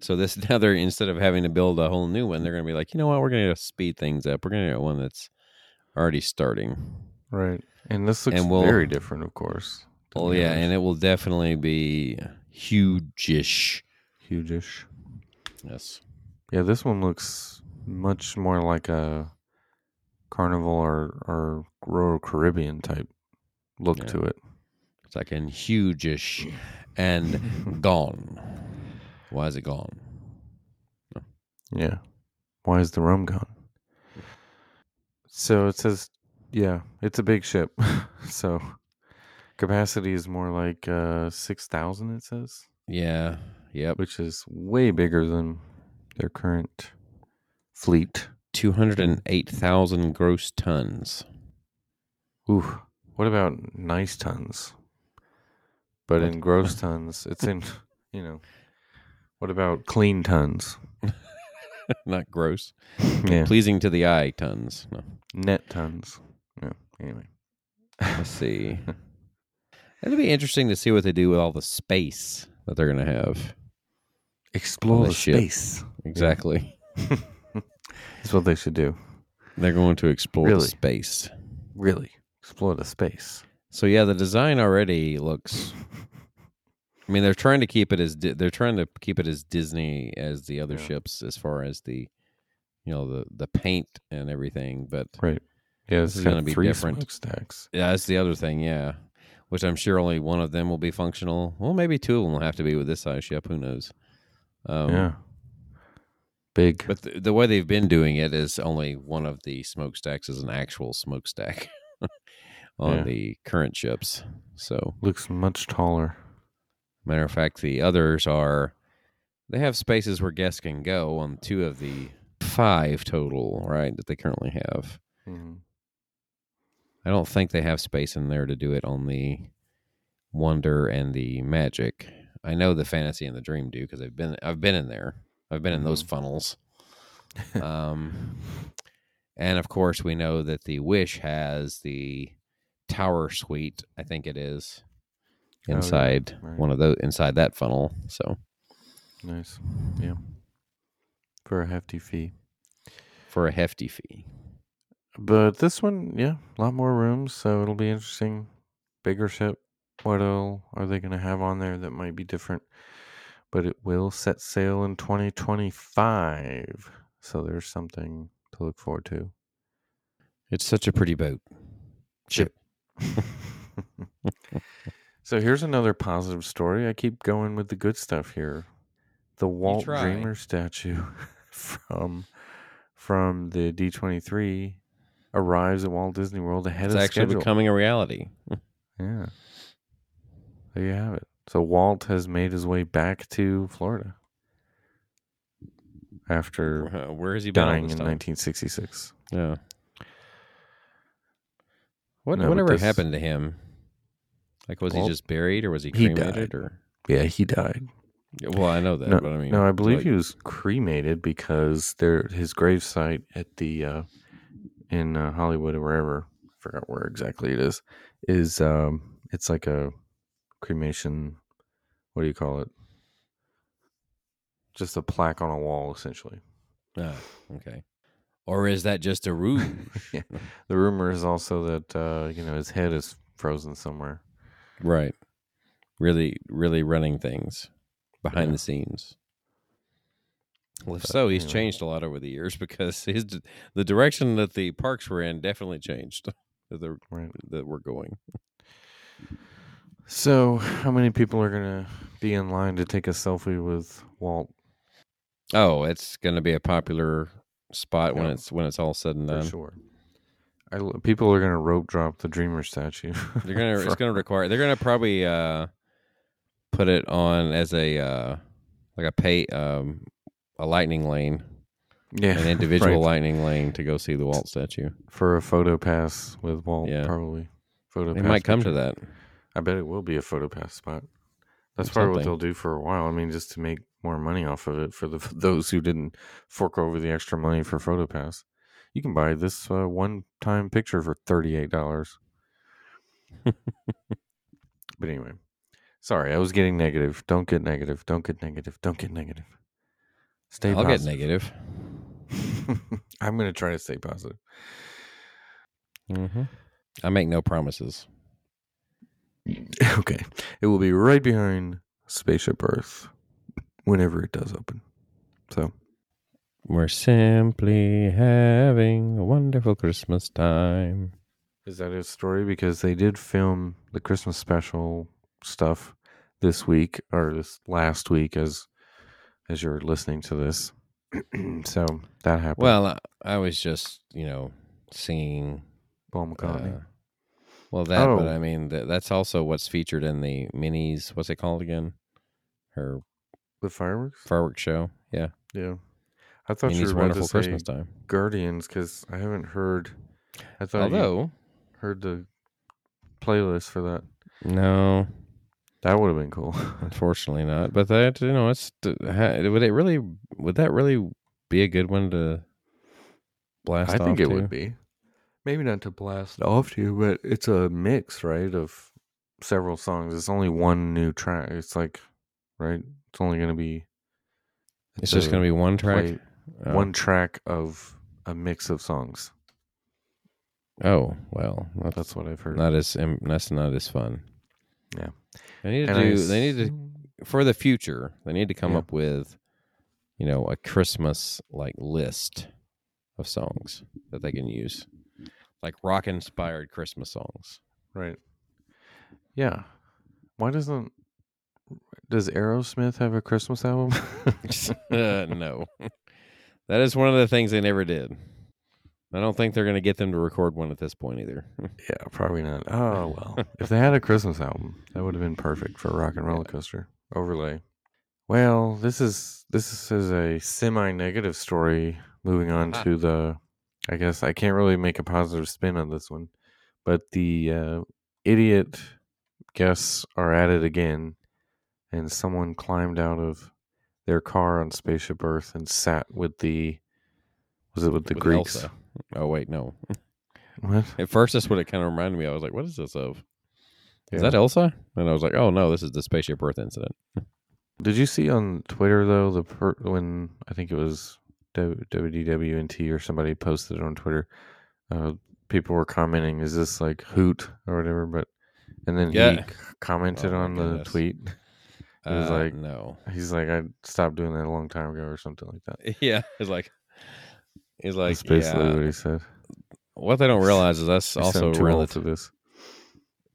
B: So this now they're instead of having to build a whole new one, they're going to be like, you know what? We're going to speed things up. We're going to get one that's already starting.
A: right, and this looks
B: And we'll-
A: very different, of course. than
B: Oh
A: the
B: yeah,
A: others.
B: and it will definitely be huge-ish.
A: huge-ish.
B: Yes.
A: Yeah, this one looks much more like a Carnival or or Royal Caribbean type look
B: Yeah.
A: to it.
B: It's like an huge-ish and gone. Why is it gone?
A: Yeah. Why is the rum gone? So it says, yeah, it's a big ship. so capacity is more like uh, 6,000, it says,
B: Yeah. Yep.
A: which is way bigger than their current fleet.
B: Two hundred and eight thousand gross tons.
A: Ooh, what about nice tons? But in gross tons, it's in, you know, what about clean tons?
B: Not gross.
A: Yeah,
B: Pleasing to the eye tons. No.
A: net tons. Yeah, anyway.
B: Let's see. It'll be interesting to see what they do with all the space that they're gonna have.
A: Explore
B: the
A: the
B: ship.
A: space.
B: Exactly.
A: That's what they should do.
B: They're going to explore the
A: Really?
B: space.
A: Really explore the space.
B: So yeah, the design already looks. I mean, they're trying to keep it as Di- they're trying to keep it as Disney as the other
A: Yeah.
B: ships, as far as the, you know, the the paint and everything. But
A: Right. Yeah, this
B: This is
A: is
B: gonna
A: going to
B: be
A: be three
B: different.
A: smokestacks.
B: yeah, that's the other thing. Yeah, which I'm sure only one of them will be functional. Well, maybe two of them will have to be with this size ship. Who knows? Um,
A: yeah. Big.
B: But the, the way they've been doing it is only one of the smokestacks is an actual smokestack on
A: Yeah.
B: the current ships. So,
A: Looks much taller.
B: matter of fact, the others are they have spaces where guests can go on two of the five total, right, that they currently have.
A: Mm-hmm.
B: I don't think they have space in there to do it on the Wonder and the Magic. I know the Fantasy and the Dream do because I've been I've been in there. I've been in those
A: Mhm.
B: funnels. um, and of course, we know that the Wish has the Tower Suite. I think it is
A: Oh, yeah,
B: inside
A: right.
B: one of those inside that funnel. So
A: Nice. Yeah. For a hefty fee.
B: for a hefty fee.
A: But this one, yeah, a lot more rooms, so it'll be interesting. Bigger ship. What all are they going to have on there that might be different? But it will set sail in 2025. So there's something to look forward to.
B: It's such a pretty boat. Ship.
A: so here's another positive story. I keep going with the good stuff here. The Walt
B: try.
A: Dreamer statue from from the D23 arrives at Walt Disney World ahead
B: It's
A: of
B: actually
A: schedule.
B: becoming a reality.
A: yeah. There you have it. So Walt has made his way back to Florida after
B: Where has he been all
A: dying in
B: this time?
A: 1966.
B: Yeah. What
A: No, but
B: whatever
A: this-
B: happened to him? Like was
A: Well,
B: he just buried or was he
A: he died.
B: cremated or
A: Yeah, he died.
B: Yeah, well, I know that, but I mean
A: No, I believe
B: like,
A: he was cremated because there his gravesite at the uh, in uh, Hollywood or wherever I forgot where exactly it is is um it's like a cremation. What do you call it? Just a plaque on a wall, essentially.
B: ah, okay. Or is that just a ruse?
A: Yeah. The rumor is also that uh, you know his head is frozen somewhere.
B: right. Really really running things behind
A: Yeah.
B: the scenes. Well, if
A: But
B: so, he's
A: anyway.
B: changed a lot over the years because his d- the direction that the parks were in definitely changed. That they're-
A: Right.
B: that we're going.
A: So, how many people are gonna be in line to take a selfie with Walt?
B: Oh, it's going to be a popular spot when
A: Yeah.
B: it's when it's all said and
A: For
B: done.
A: sure. I, l- people are gonna rope drop the Dreamer statue.
B: They're gonna it's
A: For-
B: gonna require they're gonna probably uh put it on as a uh like a pay um a lightning lane.
A: yeah,
B: An individual
A: right.
B: lightning lane to go see the Walt statue.
A: for a photo pass with Walt.
B: Yeah.
A: Probably photo.
B: They
A: pass
B: might come to
A: picture.
B: that.
A: I bet it will be a photo pass spot. That's
B: Or
A: probably what
B: something.
A: they'll do for a while. I mean, just to make more money off of it for the those who didn't fork over the extra money for photo pass. You can buy this uh, one time picture for thirty eight dollars. but anyway, sorry, I was getting negative. Don't get negative. Don't get negative. Don't get negative. Stay
B: I'll get
A: positive.
B: negative.
A: I'm gonna try to stay positive.
B: Mm-hmm. I make no promises.
A: okay, it will be right behind Spaceship Earth whenever it does open. So
B: We're simply having a wonderful Christmas time.
A: is that his story? Because they did film the Christmas special stuff this week or this last week as as you're listening to this. so that happened.
B: Well, I, I was just, you know, singing
A: Paul McCartney.
B: Uh, well, that, but
A: Oh.
B: I mean, th- that's also what's featured in the minis. What's it called again? Her
A: the fireworks?
B: fireworks show. Yeah,
A: Yeah. I thought you
B: minis
A: were about to
B: wonderful
A: say
B: Christmas time.
A: Guardians because I haven't heard. I thought Although,
B: Although,
A: heard the playlist for that.
B: no,
A: That would have been cool.
B: unfortunately not. But that you know, it's t- ha- would it really would that really be a good one to blast?
A: I think
B: off
A: it
B: to?
A: would be. Maybe not to blast off to you, but it's a mix, right, of several songs. It's only one new track. It's like, right? It's only going to be.
B: It's just going to be one track. Oh.
A: One track of a mix of songs.
B: Oh well, that's,
A: That's what I've heard.
B: not as im- that's not as fun.
A: Yeah.
B: they need to
A: And I
B: do. They need to
A: assume-
B: for the future, they need to come
A: Yeah.
B: up with, you know, a Christmas like list of songs that they can use, like rock inspired Christmas songs.
A: Right. Yeah. Why doesn't does Aerosmith have a Christmas album?
B: Uh, no, that is one of the things they never did. I don't think they're going to get them to record one at this point either.
A: yeah, probably not. Oh well. if they had a Christmas album, that would have been perfect for Rock and Roller Coaster overlay. Well, this is this is a semi-negative story. Moving on
B: Ah.
A: to the, I guess I can't really make a positive spin on this one, but the uh, idiot guests are at it again, and someone climbed out of their car on Spaceship Earth and sat with the, was it with the
B: With
A: Greeks?
B: Elsa. Oh wait, no.
A: What?
B: At first, that's what it kind of reminded me. I was like, "What is this of? Is
A: Yeah.
B: that Elsa?" And I was like, "Oh no, this is the spaceship Earth incident."
A: Did you see on Twitter though the per- when I think it was W- WDWNT or somebody posted it on Twitter? Uh, people were commenting, "Is this like hoot or whatever?" But and then he
B: Yeah.
A: c- commented
B: Oh, my
A: on the
B: goodness.
A: tweet. It was like-
B: Uh, "No,
A: He's like, "I stopped doing that a long time ago" or something like that.
B: yeah." It's like, he's like,
A: That's basically
B: yeah.
A: what he said.
B: What they don't realize is that's
A: He
B: also
A: sounded too
B: around
A: old
B: the
A: for
B: t-
A: this,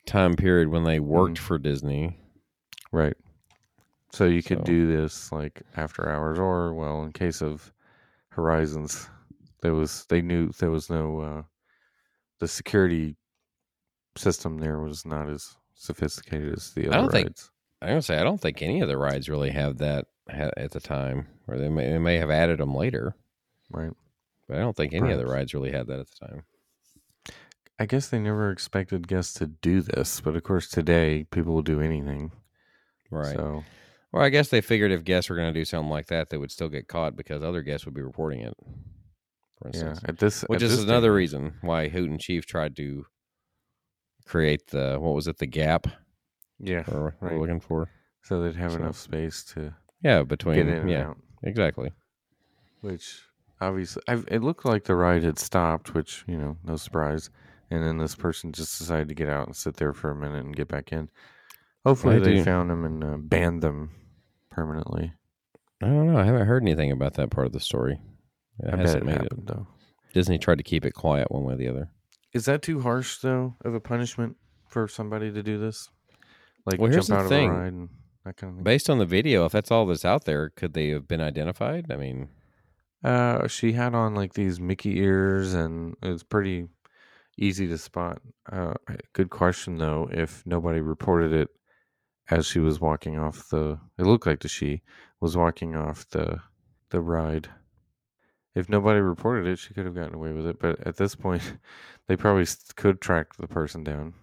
B: time period when they worked
A: Mm-hmm.
B: for Disney.
A: right? So you could
B: So-
A: do this like after hours, or well, in case of Horizons, there was they knew there was no uh, the security system there was not as sophisticated as the other
B: I don't think-
A: rides.
B: I'm gonna say I don't think any of the rides really have that ha- at the time, or they may, they may have added them later,
A: right?
B: but I don't think any of the
A: Perhaps.
B: rides really had that at the time.
A: I guess they never expected guests to do this, but of course today people will do anything.
B: Right.
A: So
B: Well, I guess they figured if guests were going to do something like that, they would still get caught because other guests would be reporting it. For
A: yeah,
B: instance,
A: at this
B: which
A: at
B: is
A: this
B: another
A: day-
B: reason why Hoot and Chief tried to create the what was it, the gap
A: Yeah.
B: or
A: Right.
B: we're looking for?
A: So they'd have
B: So-
A: enough space to
B: Yeah,
A: get
B: between
A: in and
B: yeah,
A: out.
B: exactly.
A: which obviously i it looked like the ride had stopped which you know no surprise and then this person just decided to get out and sit there for a minute and get back in hopefully
B: They
A: they
B: do.
A: found them and uh, banned them permanently
B: I don't know. I haven't heard anything about that part of the story. It
A: i bet
B: hasn't
A: it
B: made it.
A: happened though
B: Disney tried to keep it quiet one way or the other.
A: is that too harsh though of a punishment for somebody to do this like
B: Well, here's
A: jump
B: the
A: out
B: thing.
A: of a ride and that kind of thing
B: Based on the video, if that's all that's out there, could they have been identified? I mean,
A: uh she had on like these mickey ears and it was pretty easy to spot. Uh, good question though. If nobody reported it as she was walking off the, it looked like the she was walking off the the ride. If nobody reported it, she could have gotten away with it. But at this point, they probably s- could track the person down.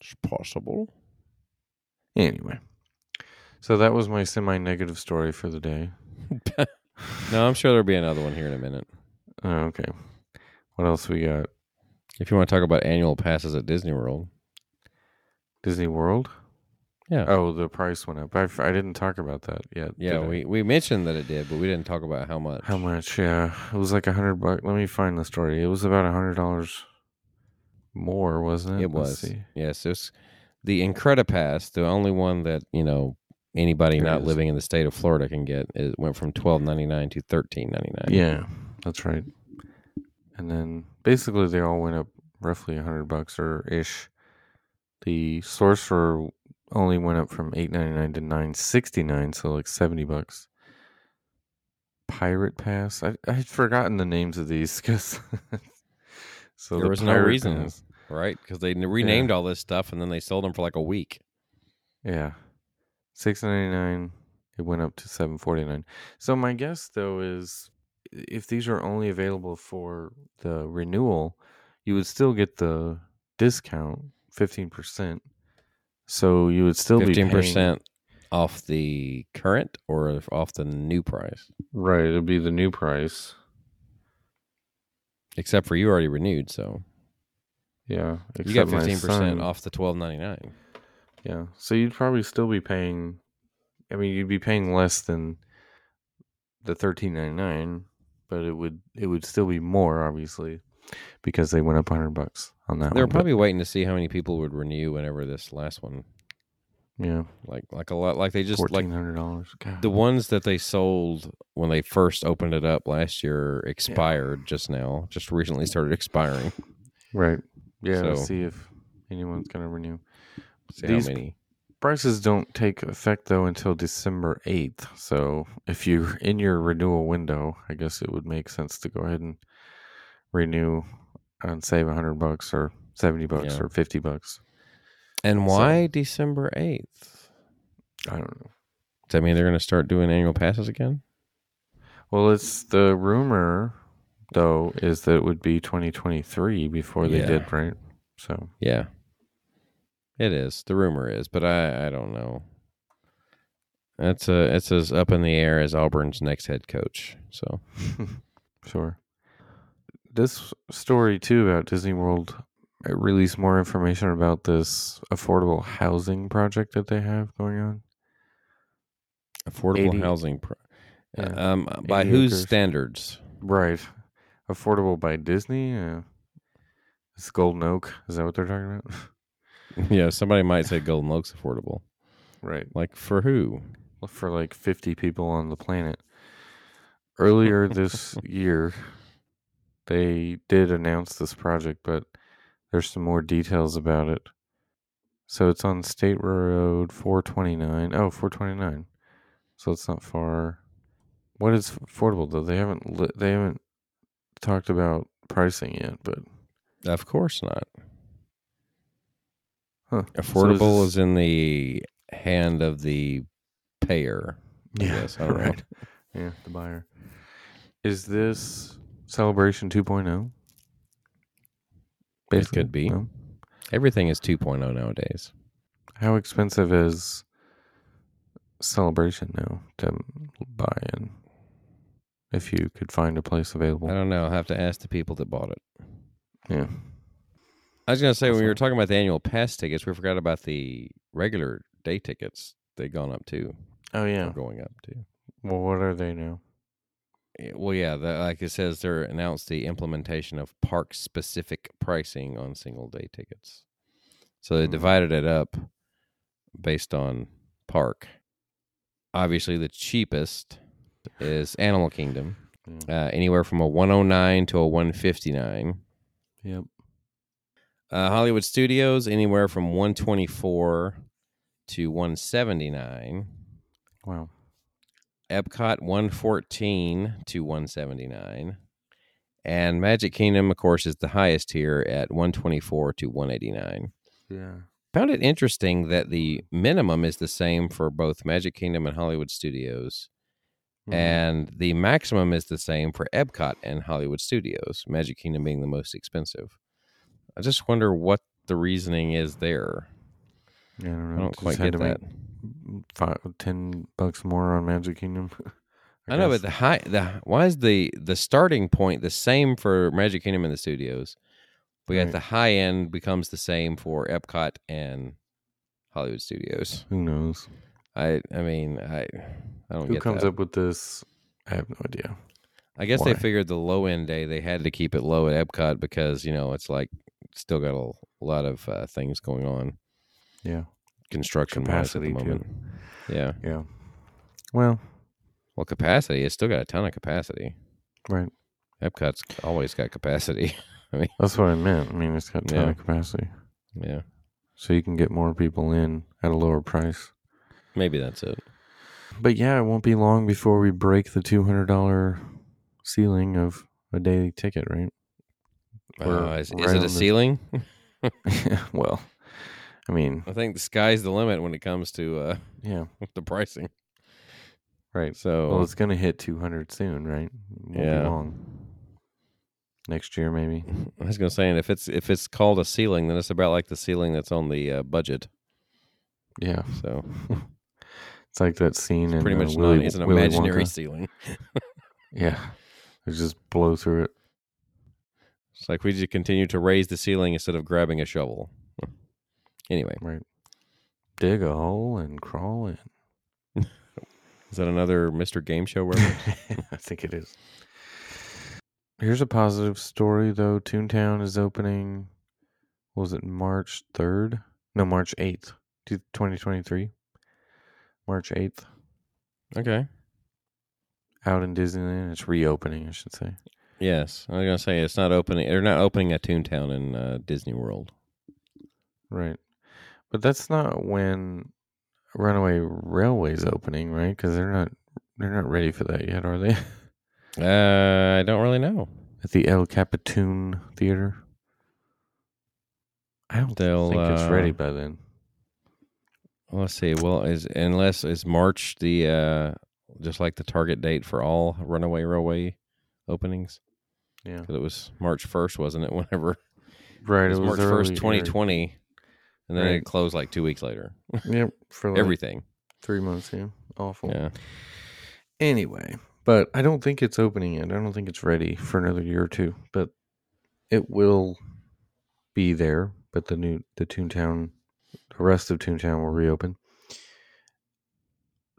B: it's possible.
A: Anyway, so that was my semi-negative story for the day.
B: No, I'm sure there'll be another one here in a minute.
A: Oh, okay, what else we got?
B: If you want to talk about annual passes at Disney World,
A: Disney World.
B: yeah,
A: Oh, the price went up. I, f- I didn't talk about that yet.
B: yeah,
A: did I?
B: we, we mentioned that it did, but we didn't talk about how much.
A: How much? Yeah, it was like a hundred bucks. Let me find the story. It was about a hundred dollars more, wasn't it?
B: it
A: Let's
B: was?
A: see.
B: Yes, it was the Incredipass, the only one that you know anybody
A: There
B: not
A: it is.
B: living in the state of Florida can get. It went from twelve ninety nine to thirteen ninety nine.
A: Yeah, that's right. And then basically they all went up roughly a hundred bucks or ish. The sorcerer only went up from eight ninety nine to nine sixty nine, so like seventy bucks. Pirate pass. I I had forgotten the names of these because. so
B: There
A: the
B: was no
A: pirate
B: reason.
A: pass-
B: right? Because they n- renamed all this stuff and then they sold them for like a week.
A: Yeah. Six ninety nine. It went up to seven forty nine. So my guess though is if these are only available for the renewal, you would still get the discount, fifteen percent. So you would still
B: Fifteen
A: be paying-
B: percent off the current or off the new price.
A: Right, it'd be the new price.
B: Except for you already renewed, so
A: Yeah.
B: you got
A: except my
B: fifteen
A: son.
B: percent off the twelve ninety nine.
A: Yeah. So you'd probably still be paying I mean you'd be paying less than the 13.99, but it would it would still be more obviously because they went up 100 bucks on that
B: They were
A: one. but-
B: probably waiting to see how many people would renew whenever this last one,
A: yeah,
B: like like a lot, like they just like
A: $1400. God.
B: the ones that they sold when they first opened it up last year expired just now, just recently started expiring.
A: right. Yeah, to
B: so-
A: see if anyone's going to renew.
B: See
A: These-
B: how many.
A: Prices don't take effect though until December 8th. So if you're in your renewal window, I guess it would make sense to go ahead and renew and save 100 bucks or 70 bucks
B: Yeah.
A: or 50 bucks.
B: And
A: so-
B: why December eighth?
A: I don't know.
B: Does that mean they're going to start doing annual passes again?
A: Well, it's the rumor though is that it would be 2023 before they
B: Yeah.
A: did, right? So
B: Yeah, it is. The rumor is, but I I don't know. That's a it's as up in the air as Auburn's next head coach. So
A: Sure. This story too about Disney World it released more information about this affordable housing project that they have going on.
B: affordable
A: 80
B: housing, pro-
A: Yeah.
B: um, by
A: 80
B: whose
A: acres.
B: standards?
A: Right. Affordable by Disney. Yeah. It's Golden Oak. Is that what they're talking about?
B: yeah, somebody might say Golden Oak's affordable.
A: right.
B: Like for who?
A: Well, For like 50 people on the planet. Earlier this year, they did announce this project, but there's some more details about it. So it's on State Road 429. Oh, 429. So it's not far. What is affordable though? They haven't li- they haven't talked about pricing yet, but
B: Of course not.
A: Huh.
B: Affordable
A: So
B: is in the hand of the payer. Yes, I don't know.
A: Yeah, the buyer. Is this Celebration 2.0?
B: could be.
A: no?
B: Everything is 2.0 nowadays.
A: How expensive is Celebration now to buy in? If you could find a place
B: I
A: available.
B: don't know. I'll have to ask the people that bought it.
A: Yeah.
B: I was going to say, when we
A: Awesome.
B: were talking about the annual pass tickets, we forgot about the regular day tickets. They've gone up too.
A: Oh,
B: They're
A: yeah.
B: going up too.
A: Well, what are they now?
B: Yeah, Eh, Well, yeah, the, like it says, they're announced the implementation of park specific pricing on single day tickets. So they
A: Hmm.
B: divided it up based on park. Obviously, the cheapest is Animal Kingdom,
A: Yeah.
B: uh, anywhere from a 109 to a 159.
A: Yep.
B: Uh, Hollywood Studios, anywhere from 124 to 179.
A: Wow.
B: Epcot 114 to 179. And Magic Kingdom, of course, is the highest here at 124 to 189.
A: Yeah.
B: Found it interesting that the minimum is the same for both Magic Kingdom and Hollywood Studios,
A: Mhm.
B: and the maximum is the same for Epcot and Hollywood Studios, Magic Kingdom being the most expensive. I just wonder what the reasoning is there.
A: yeah, I don't,
B: I
A: know.
B: don't
A: Mm, Just
B: quite
A: had
B: get
A: to make
B: that.
A: Five, ten bucks more on Magic Kingdom.
B: I know,
A: guess.
B: but the high, the why is the the starting point the same for Magic Kingdom and the studios, but yet
A: Right.
B: the high end becomes the same for Epcot and Hollywood Studios.
A: Who knows?
B: I I mean I I don't
A: Who
B: get
A: comes
B: that.
A: up with this? I have no idea.
B: I guess they
A: why?
B: figured the low end day they had to keep it low at Epcot because you know it's like still got a lot of uh, things going on
A: Yeah.
B: construction
A: Capacity,
B: wise
A: too.
B: at the moment. Yeah,
A: Yeah. Well,
B: well, capacity it's still got a ton of capacity.
A: right.
B: Epcot's always got capacity.
A: That's what I meant. I mean, it's got ton
B: Yeah.
A: of capacity,
B: yeah,
A: so you can get more people in at a lower price.
B: maybe that's it.
A: But yeah, it won't be long before we break the two hundred dollar ceiling of a daily ticket, right? We're
B: Uh, is, is
A: right
B: it
A: on the-
B: a ceiling?
A: well, I mean,
B: I think the sky's the limit when it comes to uh,
A: yeah,
B: the pricing.
A: right.
B: So
A: Well, it's gonna hit two hundred soon, right? Won't Be
B: Yeah.
A: long. Next year, maybe.
B: I was gonna say, and if it's if it's called a ceiling, then it's about like the ceiling that's on the uh, budget.
A: Yeah,
B: So
A: it's like that scene in
B: pretty
A: uh,
B: much
A: Willy,
B: none. It's an
A: Willy
B: imaginary
A: Wonka.
B: ceiling.
A: Yeah, they just blow through it.
B: It's like we just continue to raise the ceiling instead of grabbing a shovel. Anyway,
A: Right. Dig a hole and crawl in.
B: is that another Mr. Game Show reference?
A: I think it is. Here's a positive story though. Toontown is opening what was it March 3rd? No, March 8th, to 2023. March 8th
B: okay.
A: out in Disneyland. It's reopening, I should say.
B: Yes, I was gonna say it's not opening. They're not opening a Toontown in uh, Disney World.
A: Right. But that's not when Runaway Railway's opening, right? Because they're not they're not ready for that yet, are they?
B: Uh, I don't really know.
A: At the El Capitan Theater. I don't
B: They'll,
A: think it's
B: uh,
A: ready by then.
B: Well, Let's see. Well, is unless is March the uh just like the target date for all Runaway Railway openings?
A: Yeah,
B: 'Cause it was March first, wasn't it? Whenever
A: right.
B: it was March
A: early,
B: first, twenty twenty, and then
A: Right.
B: it closed like two weeks later.
A: right. Yep, for like
B: Everything.
A: three months. Yeah, awful.
B: Yeah.
A: Anyway, but I don't think it's opening yet. I don't think it's ready for another year or two. But it will be there. But the new the Toontown, the rest of Toontown will reopen.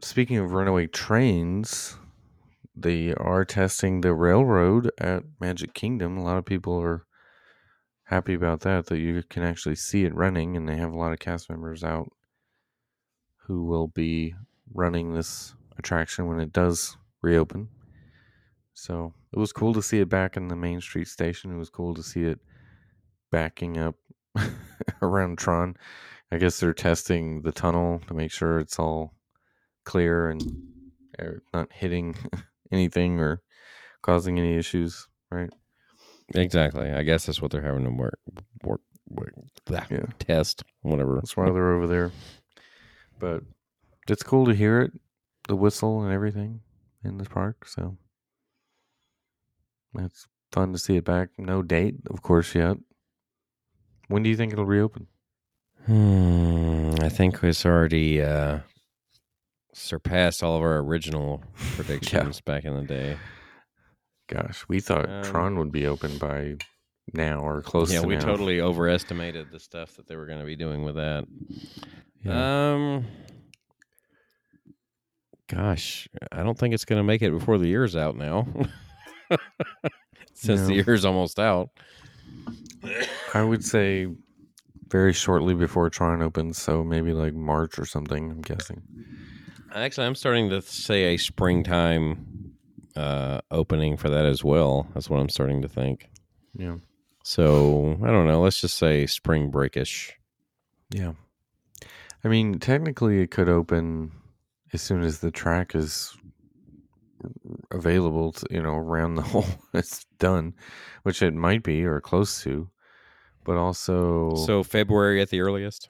A: Speaking of runaway trains, they are testing the railroad at Magic Kingdom. A lot of people are happy about that that you can actually see it running, and they have a lot of cast members out who will be running this attraction when it does reopen. So it was cool to see it back in the Main Street station. It was cool to see it backing up around Tron. I guess they're testing the tunnel to make sure it's all clear and er, not hitting anything or causing any issues, right?
B: Exactly. I guess that's what they're having to work work, work blah,
A: Yeah.
B: test whatever.
A: That's why they're over there. But it's cool to hear it, the whistle and everything in the park. So that's fun to see it back. No date, of course, yet. When do you think it'll reopen?
B: Hmm, I think it's already uh, surpassed all of our original predictions back in the day.
A: Gosh, we thought
B: Um,
A: Tron would be open by now or close
B: yeah,
A: to
B: we
A: now.
B: totally overestimated the stuff that they were going to be doing with that.
A: Yeah.
B: Um, gosh, I don't think it's going to make it before the year's out now. Since the
A: No.
B: year's almost out,
A: I would say very shortly before Tron opens, so maybe like March or something, I'm guessing.
B: actually, I'm starting to say a springtime uh, opening for that as well. That's what I'm starting to think.
A: Yeah.
B: So I don't know. Let's just say spring breakish.
A: Yeah. I mean, technically, it could open as soon as the track is available, to, you know, around the hole. It's done, which it might be or close to. But also,
B: So February at the earliest.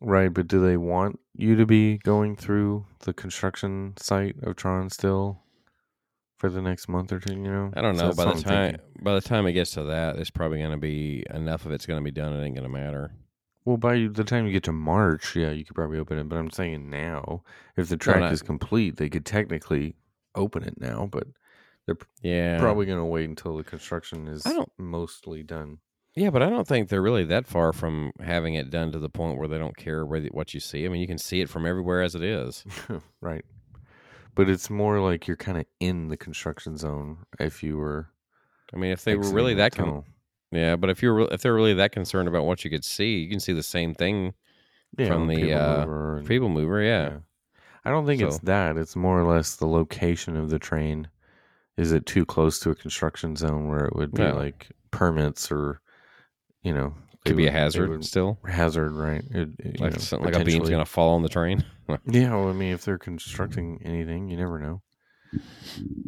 A: right, but do they want you to be going through the construction site of Tron still for the next month or two, you know?
B: I don't
A: So
B: know.
A: that's
B: by the
A: what I'm
B: time
A: thinking.
B: by the time it gets to that, it's probably going to be enough of it's going to be done. It ain't going to matter.
A: Well, by the time you get to March, yeah, you could probably open it. But I'm saying now, if the track
B: no.
A: is complete, they could technically open it now. But
B: Yeah,
A: probably going to wait until the construction is
B: I don't-
A: mostly done.
B: Yeah, but I don't think they're really that far from having it done to the point where they don't care whether, what you see. I mean, you can see it from everywhere as it is.
A: right. But it's more like you're kind of in the construction zone if you were.
B: I mean, if they were
A: exiting
B: really
A: the
B: that con-
A: tunnel.
B: yeah, but if you're re- if they're really that concerned about what you could see, you can see the same thing.
A: yeah,
B: from
A: when
B: the,
A: people
B: uh,
A: mover and-
B: People mover, yeah.
A: I don't think it's
B: So-
A: that. It's more or less the location of the train. Is it too close to a construction zone where it would be
B: No.
A: like permits or, you know, they
B: could be a
A: would- they
B: hazard
A: would-
B: still.
A: hazard, right? It, it, you
B: Like
A: know,
B: something like a beam's
A: potentially-
B: gonna fall on the train.
A: Yeah, well, I mean, if they're constructing
B: Mm-hmm.
A: anything, you never know.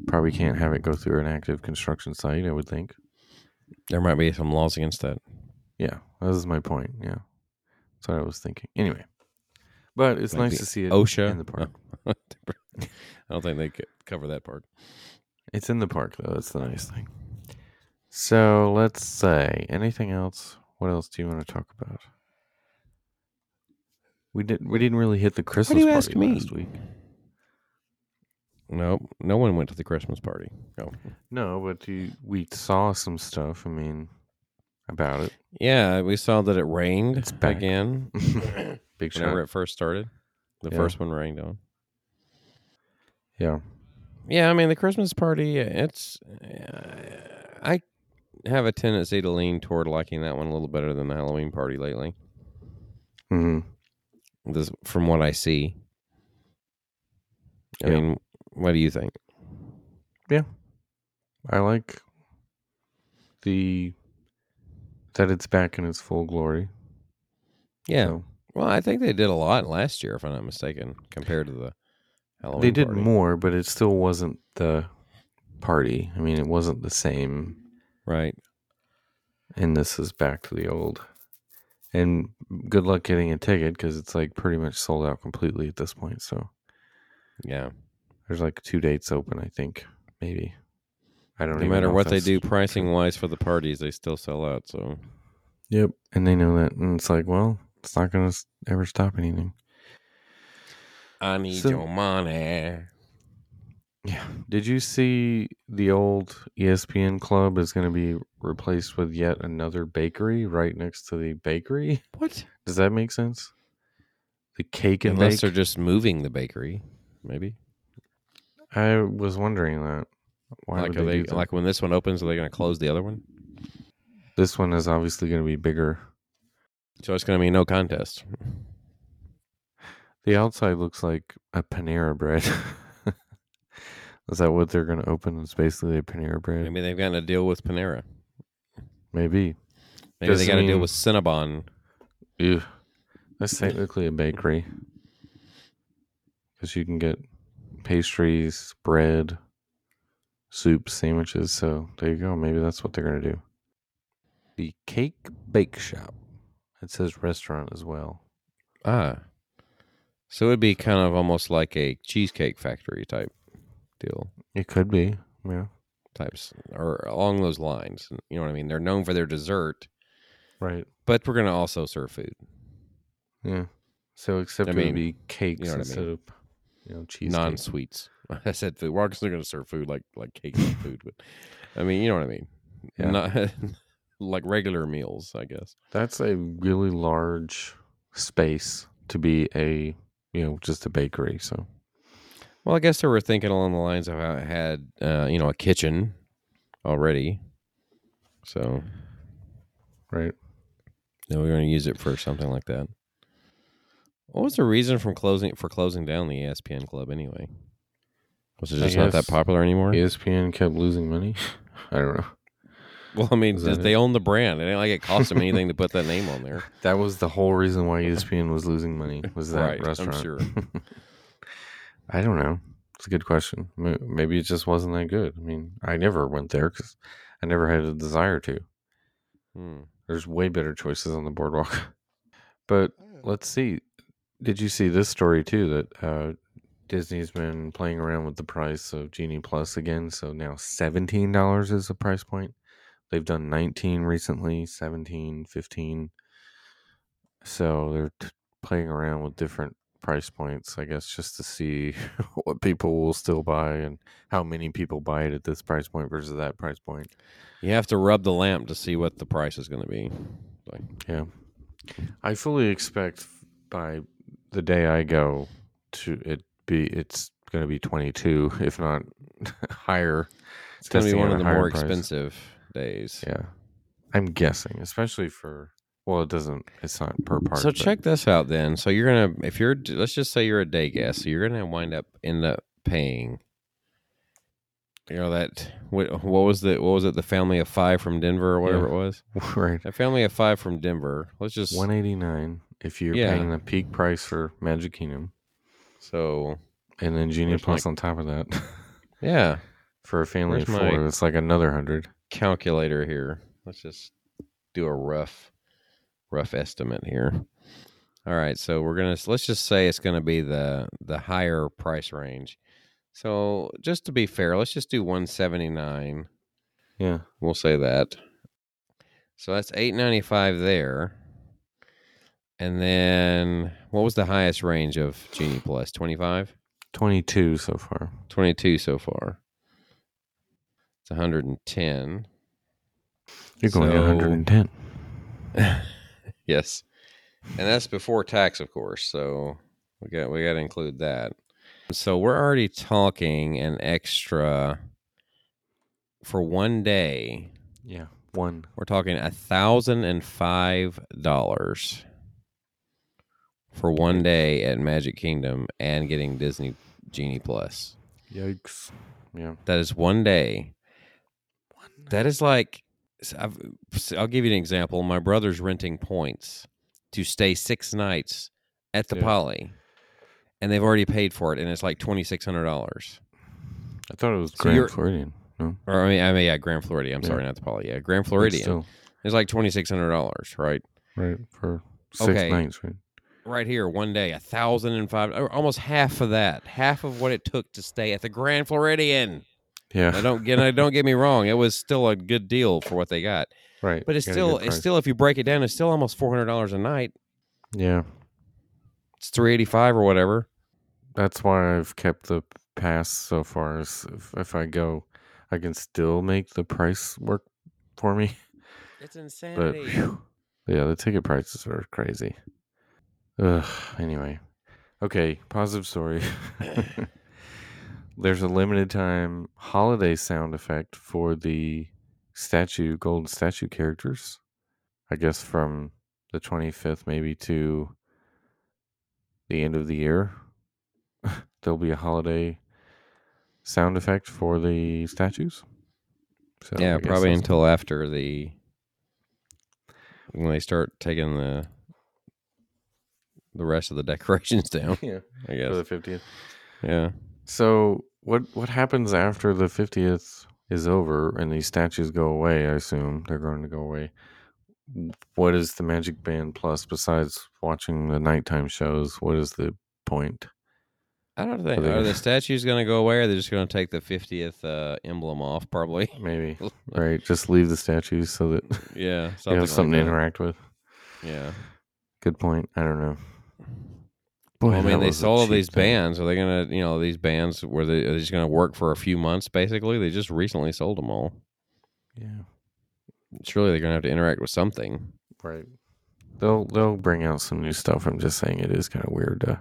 A: Probably can't have it go through an active construction site, I would think.
B: There might be some laws against that.
A: Yeah, that was my point. Yeah, that's what I was thinking. Anyway, but it's
B: Might
A: nice
B: be
A: to see it
B: OSHA
A: in the park.
B: No. I don't think they could cover that part.
A: It's in the park, though. That's the nice thing. So let's say anything else. What else do you want to talk about? We did. We didn't really hit the Christmas
B: you
A: party
B: ask me?
A: last week.
B: No, no one went to the Christmas party. No.
A: No, but you, we saw some stuff. I mean, about it.
B: Yeah, we saw that it rained
A: It's back.
B: again.
A: Big shot.
B: whenever it first started. The
A: Yeah.
B: first one rained on.
A: Yeah.
B: Yeah, I mean the Christmas party. It's uh, I have a tendency to lean toward liking that one a little better than the Halloween party lately.
A: hmm
B: This from what I see. I
A: Yeah.
B: mean, what do you think?
A: I like the that it's back in its full glory.
B: Yeah,
A: So
B: Well, I think they did a lot last year, if I'm not mistaken, compared to the Halloween.
A: they did
B: party.
A: more, but it still wasn't the party. I mean, it wasn't the same.
B: right?
A: And this is back to the old. And good luck getting a ticket because it's like pretty much sold out completely at this point. So
B: Yeah.
A: there's like two dates open, I think, maybe. I don't.
B: No
A: even
B: matter
A: know if
B: what they
A: that's-
B: do, pricing wise for the parties, they still sell out. So
A: Yep. And they know that, and it's like, well, it's not going to ever stop anything.
B: I need
A: So-
B: your money.
A: Yeah. Did you see the old E ESPN club is going to be replaced with yet another bakery right next to the bakery?
B: What?
A: Does that make sense? The cake and
B: Unless they're
A: bake.
B: just moving the bakery, maybe.
A: I was wondering that. Why
B: like
A: would
B: are
A: they,
B: they
A: do that?
B: like when this one opens, are they going to close the other one?
A: This one is obviously going to be bigger.
B: So it's going to be no contest.
A: The outside looks like a Panera bread. is that what they're going to open? It's basically a Panera bread.
B: Maybe they've gotten a deal with Panera.
A: Maybe.
B: Maybe they
A: Doesn't
B: got a deal
A: mean-
B: with Cinnabon.
A: Ew. That's technically a bakery. Because you can get pastries, bread, soup, sandwiches. So there you go. Maybe that's what they're going to do. The Cake Bake Shop. It says restaurant as well.
B: Ah. So it'd be kind of almost like a cheesecake factory type deal,
A: It could be. Yeah.
B: types or along those lines. You know what I mean? They're known for their dessert,
A: Right.
B: but we're going to also serve food.
A: Yeah. So except
B: I
A: it would
B: mean,
A: be cakes
B: you know what I
A: instead of you know cheese.
B: non sweets. I said food. We're obviously going to serve food like like cake and food, but I mean, you know what I mean.
A: Yeah.
B: Not like regular meals, I guess.
A: That's a really large space to be a you know just a bakery. So
B: Well, I guess they were thinking along the lines of how it had uh, you know a kitchen already, so
A: right.
B: they were going to use it for something like that. What was the reason from closing for closing down the E ESPN club anyway? Was it
A: I
B: just not that
A: guess-
B: popular anymore?
A: E ESPN kept losing money. I don't know.
B: Well, I mean,
A: Is that
B: just-
A: it?
B: they own the brand. It ain't like it cost them anything to put that name on there.
A: That was the whole reason why E ESPN was losing money was that
B: Right, I'm
A: restaurant.
B: sure.
A: I don't know. It's a good question. M- Maybe it just wasn't that good. I mean, I never went there because I never had a desire to.
B: Hmm.
A: There's way better choices on the boardwalk. But let's see. Did you see this story too that uh, Disney's been playing around with the price of Genie Plus again? So now seventeen dollars is the price point. They've done nineteen recently, 17, 15. So they're t- playing around with different price points, I guess, just to see what people will still buy and how many people buy it at this price point versus that price point.
B: You have to rub the lamp to see what the price is going to be. Like,
A: Yeah. I fully expect by the day I go to it be it's going to be 22 if not higher.
B: it's going to be
A: Testing
B: one
A: at
B: of
A: a
B: the
A: higher
B: more
A: price.
B: expensive days.
A: Yeah. I'm guessing, especially for well it doesn't it's not per part.
B: so
A: but-
B: check this out then. So you're gonna if you're let's just say you're a day guest, so you're gonna wind up end up paying. You know that what, what was the what was it the family of five from Denver or whatever
A: Yeah.
B: it was
A: right.
B: that family of five from Denver. Let's just
A: 189 if you're
B: Yeah.
A: paying the peak price for Magic Kingdom
B: so
A: and then Genie
B: Where's
A: Plus on top of that
B: yeah
A: for a family of
B: Where's
A: four
B: my-
A: it's like another 100.
B: calculator here. Let's just do a rough rough estimate here. All right, so we're gonna let's just say it's gonna be the the higher price range. So just to be fair, let's just do one seventy nine.
A: Yeah.
B: We'll say that. So that's eight ninety five there. And then what was the highest range of Genie Plus? Twenty five?
A: 22 so far.
B: 22 so far. It's 110.
A: You're going to
B: So-
A: 110.
B: yes. And that's before tax, of course. So we got we got to include that. So we're already talking an extra for one day.
A: Yeah. 1
B: We're talking a thousand and five dollars for one day at Magic Kingdom and getting Disney Genie Plus.
A: Yikes. Yeah.
B: That is one day. That is like, s- I've, s- I'll give you an example. My brother's renting points to stay six nights at the
A: Yeah.
B: Poly, and they've already paid for it, and it's like twenty six hundred dollars.
A: I thought it was
B: So you're-
A: Grand Floridian. No, but
B: Or I mean, I mean, yeah, Grand Floridian. I'm
A: Yeah.
B: sorry, not the Poly. Yeah, Grand Floridian.
A: still,
B: It's like twenty six hundred dollars, right?
A: right for six
B: Okay.
A: nights, right?
B: Right here, one day, a thousand and five, or almost half of that, half of what it took to stay at the Grand Floridian. I
A: Yeah,
B: don't get, I don't get me wrong, it was still a good deal for what they got,
A: right.
B: but it's
A: you got a
B: still,
A: good
B: it's
A: price.
B: still, if you break it down, it's still almost four hundred dollars a night.
A: yeah.
B: It's three eighty five or whatever.
A: That's why I've kept the pass so far. Is if, if I go, I can still make the price work for me.
B: It's
A: But
B: insanity.
A: phew, yeah, the ticket prices are crazy. Ugh. Anyway, okay. Positive story. There's a limited time holiday sound effect for the statue, golden statue characters. I guess from the 25th, maybe to the end of the year, there'll be a holiday sound effect for the statues. So I
B: yeah,
A: guess
B: probably
A: that's-
B: until after the when they start taking the the rest of the decorations down.
A: yeah,
B: I
A: for
B: guess.
A: the 50th.
B: Yeah.
A: So what what happens after the fiftieth is over and these statues go away? I assume they're going to go away. What is the Magic Band Plus besides watching the nighttime shows? What is the point?
B: I don't think
A: Are
B: are
A: they-
B: the statues going to go away? Or they're just going to take the fiftieth uh, emblem off, probably.
A: Maybe right, just leave the statues so that
B: yeah,
A: you have something to
B: like
A: interact with.
B: that. Yeah.
A: Good point. I don't know. Boy,
B: Well, I
A: that
B: mean, they
A: was a
B: sold all
A: cheap
B: these
A: thing.
B: bands. Are they going to, you know, these bands were they, are they just going to work for a few months? Basically, they just recently sold them all.
A: Yeah,
B: Surely they're going to have to interact with something.
A: right. They'll they'll bring out some new stuff. I'm just saying it is kind of weird to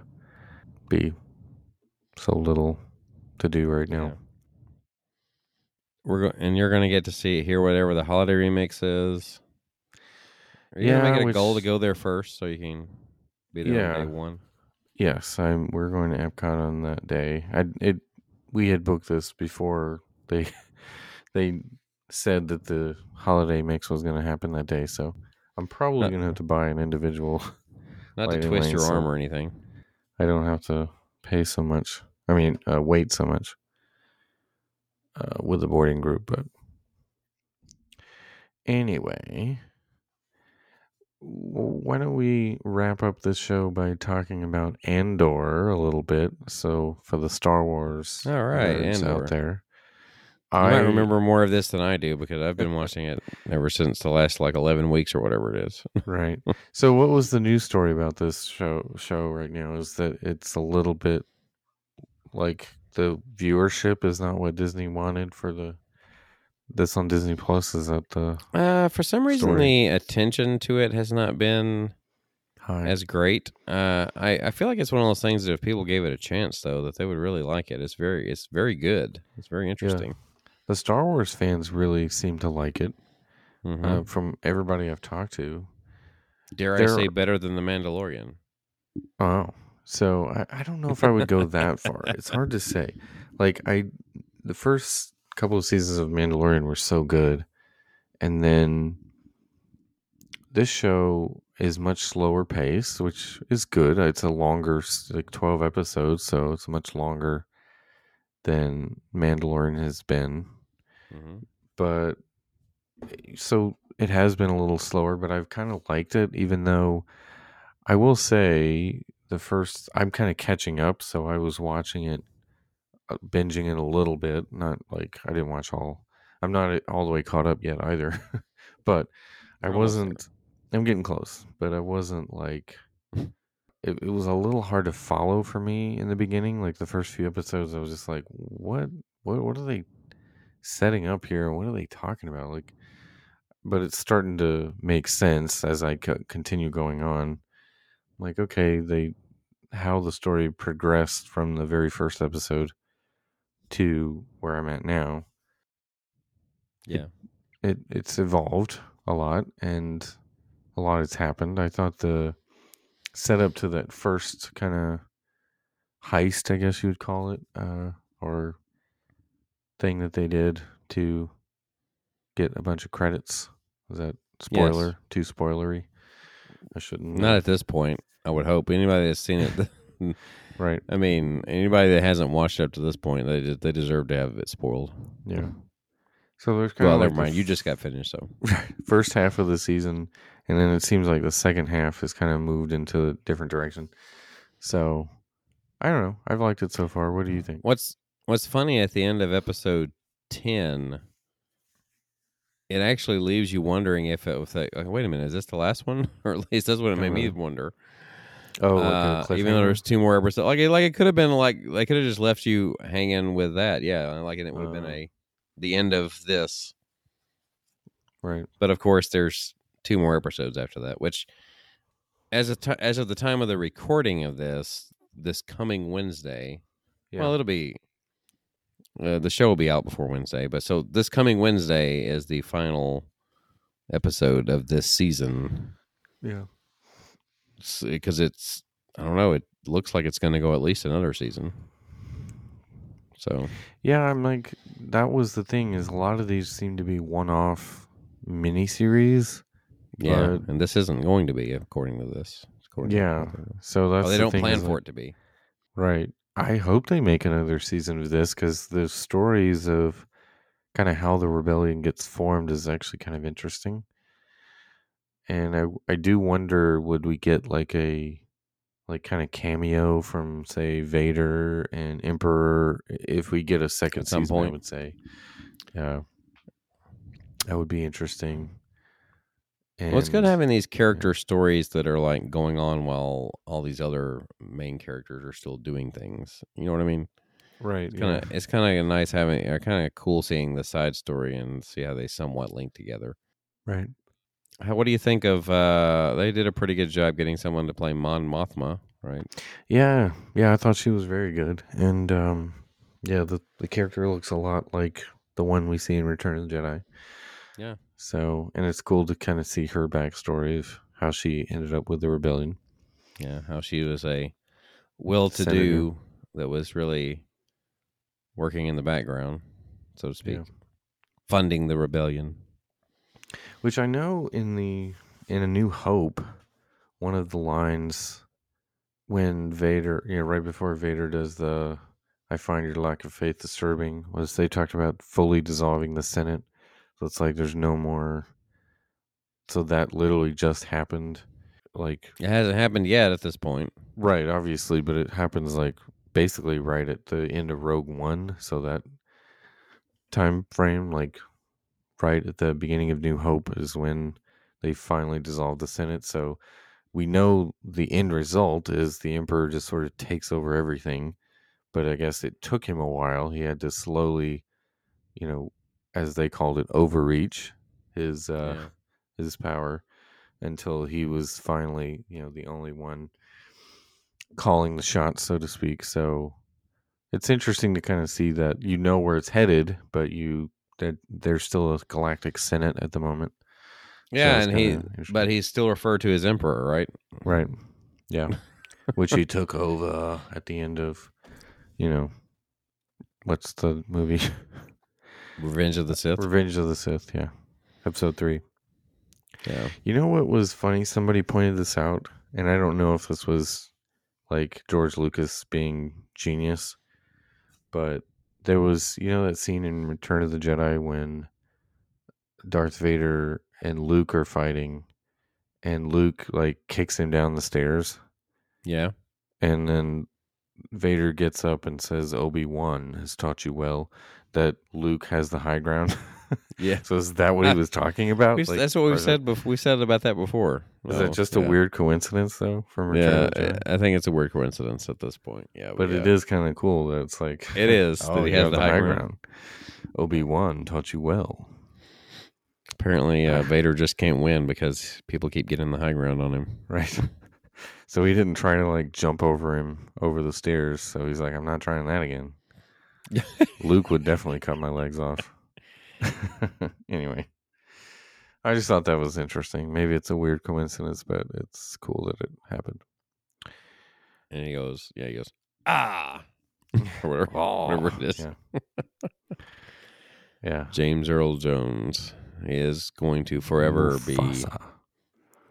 A: be so little to do right now.
B: Yeah. We're go- and you're going to get to see hear whatever the holiday remix is. Are you
A: Yeah,
B: going to make it a goal to
A: which-
B: go there first so you can be there
A: Yeah.
B: on day one?
A: Yes, I'm. We're going to Epcot on that day. I it we had booked this before they they said that the holiday mix was going to happen that day. So I'm probably
B: Uh,
A: going to have to buy an individual.
B: Not
A: Lighting
B: to twist
A: lane,
B: your
A: so-
B: arm or anything.
A: I don't have to pay so much. I mean, uh, wait so much uh, with the boarding group. But anyway, w- why don't we wrap up this show by talking about Andor a little bit? So for the Star Wars,
B: All right,
A: nerds
B: Andor.
A: out there,
B: You might remember more of this than I do because I've been watching it ever since the last like eleven weeks or whatever it is.
A: right. So what was the news story about this show show right now is that it's a little bit like the viewership is not what Disney wanted for the that's on Disney Plus is that the
B: Uh, for some reason,
A: Story.
B: the attention to it has not been
A: high
B: as great. Uh, I I feel like it's one of those things that if people gave it a chance, though, that they would really like it. It's very it's very good. It's very interesting.
A: the Star Wars fans really seem to like it
B: Mhm.
A: uh, from everybody I've talked to.
B: Dare I
A: there-
B: say better than the Mandalorian?
A: Oh, so I, I don't know if I would go that far. It's hard to say. Like I, the first couple of seasons of Mandalorian were so good, and then this show is much slower pace, which is good. It's a longer, s- like twelve episodes, so it's much longer than Mandalorian has been
B: hmm
A: but eh, so it has been a little slower, but I've kind of liked it, even though I will say the first I'm kind of catching up, so I was watching it, uh, binging it a little bit. Not like I didn't watch all. I'm not uh, all the way caught up yet either, but I
B: You're almost there.
A: wasn't. I'm getting close, but I wasn't like. It, it was a little hard to follow for me in the beginning. Like the first few episodes, I was just like, "What? What? What are they setting up here? What are they talking about?" Like, but it's starting to make sense as I co- continue going on. Like, okay, they how the story progressed from the very first episode to where I'm at now
B: Yeah.
A: it it's evolved a lot and a lot has happened. I thought the setup to that first kind of heist, I guess you would call it, uh, or thing that they did to get a bunch of credits. Was that spoiler? Too spoilery? I shouldn't.
B: Not at this point. I would hope anybody that's seen it.
A: right.
B: I mean, anybody that hasn't watched up to this point, they de- they deserve to have it spoiled.
A: Yeah. Mm. So there's kind
B: Well,
A: of like
B: never
A: the
B: mind. You just got finished, so
A: first half of the season, and then it seems like the second half has kind of moved into a different direction. So I don't know. I've liked it so far. What do you think?
B: What's What's funny at the end of episode ten, it actually leaves you wondering if it was like, wait a minute, is this the last one? or at least that's what it made me
A: Uh-huh.
B: wonder.
A: Oh, like
B: Uh,
A: the
B: even though
A: cliffhanger?
B: there's two more episodes, like it, like it could have been like they could have just left you hanging with that, yeah. Like and it would have been
A: Oh.
B: a the end of this,
A: right.
B: but of course there's two more episodes after that. Which, as a t- as of the time of the recording of this, this coming Wednesday,
A: Yeah.
B: well, it'll be uh, the show will be out before Wednesday, but so this coming Wednesday is the final episode of this season
A: yeah.
B: because it's I don't know it looks like it's going to go at least another season. So
A: Yeah, I'm like that was the thing is a lot of these seem to be one-off miniseries.
B: yeah,
A: But-
B: and this isn't going to be according to this. According to-
A: Yeah. So that's
B: oh, they
A: the
B: don't
A: thing
B: plan
A: is,
B: for
A: like-
B: it to be.
A: Right. I hope they make another season of this because the stories of kind of how the rebellion gets formed is actually kind of interesting. And I I do wonder would we get like a like kind of cameo from say Vader and Emperor if we get a second
B: At some
A: season, I
B: point.
A: would say. Yeah. That would be interesting. And
B: Well, it's good having these character stories that are like going on while all these other main characters are still doing things. You know what I mean?
A: right.
B: It's kind of it's kind of nice having or kind of cool seeing the side story and see how they somewhat link together.
A: yeah, right.
B: How, what do you think of? uh They did a pretty good job getting someone to play Mon Mothma, right?
A: Yeah, yeah, I thought she was very good, and um, yeah, the the character looks a lot like the one we see in Return of the Jedi.
B: Yeah.
A: So, and it's cool to kind of see her backstory of how she ended up with the rebellion.
B: Yeah, how she was a well-to-do that was really working in the background, so to speak,
A: Yeah.
B: funding the rebellion.
A: Which I know in the in A New Hope, one of the lines when Vader, you know, right before Vader does the "I find your lack of faith disturbing," was they talked about fully dissolving the Senate. So it's like there's no more. So that literally just happened, like
B: It hasn't happened yet at this point.
A: right, obviously, but it happens like basically right at the end of Rogue One. So that time frame, like right at the beginning of New Hope, is when they finally dissolve the Senate. So we know the end result is the Emperor just sort of takes over everything. But I guess it took him a while. He had to slowly, you know, as they called it, overreach his uh,
B: Yeah.
A: his power until he was finally, you know, the only one calling the shots, so to speak. So it's interesting to kind of see that you know where it's headed, but you that there's still a galactic senate at the moment.
B: Yeah,
A: it's
B: and he,
A: kinda interesting.
B: but he's still referred to as emperor, right?
A: Right. Yeah. Which he took over at the end of, you know, what's the movie?
B: Revenge of the Sith.
A: Revenge of the Sith. Yeah. Episode three.
B: Yeah.
A: You know what was funny? Somebody pointed this out, and I don't know if this was like George Lucas being genius, but there was, you know, that scene in Return of the Jedi when Darth Vader and Luke are fighting, and Luke like kicks him down the stairs,
B: Yeah.
A: and then Vader gets up and says, Obi Wan has taught you well that Luke has the high ground.
B: Yeah.
A: so is that what he was talking about?
B: Uh, We, s
A: Like,
B: that's what
A: or
B: we
A: is that-
B: said. Before, we said about that before.
A: Is
B: Oh,
A: that just
B: yeah.
A: a weird coincidence though from Return
B: Yeah,
A: of the Jedi?
B: I I think it's a weird coincidence at this point. Yeah,
A: But it Oh,
B: yeah.
A: is kind of cool that it's like
B: It is that he
A: you
B: has
A: have
B: the high ground.
A: Obi Wan taught you well.
B: Apparently, uh, Vader just can't win because people keep getting the high ground on him.
A: Right. so he didn't try to like jump over him over the stairs, so he's like, I'm not trying that again. Luke would definitely cut my legs off. anyway. I just thought that was interesting. Maybe it's a weird coincidence, but it's cool that it happened.
B: And he goes, "Yeah," he goes, "Ah," or whatever, whatever it is.
A: Yeah. yeah.
B: James Earl Jones is going to forever be
A: Mufasa.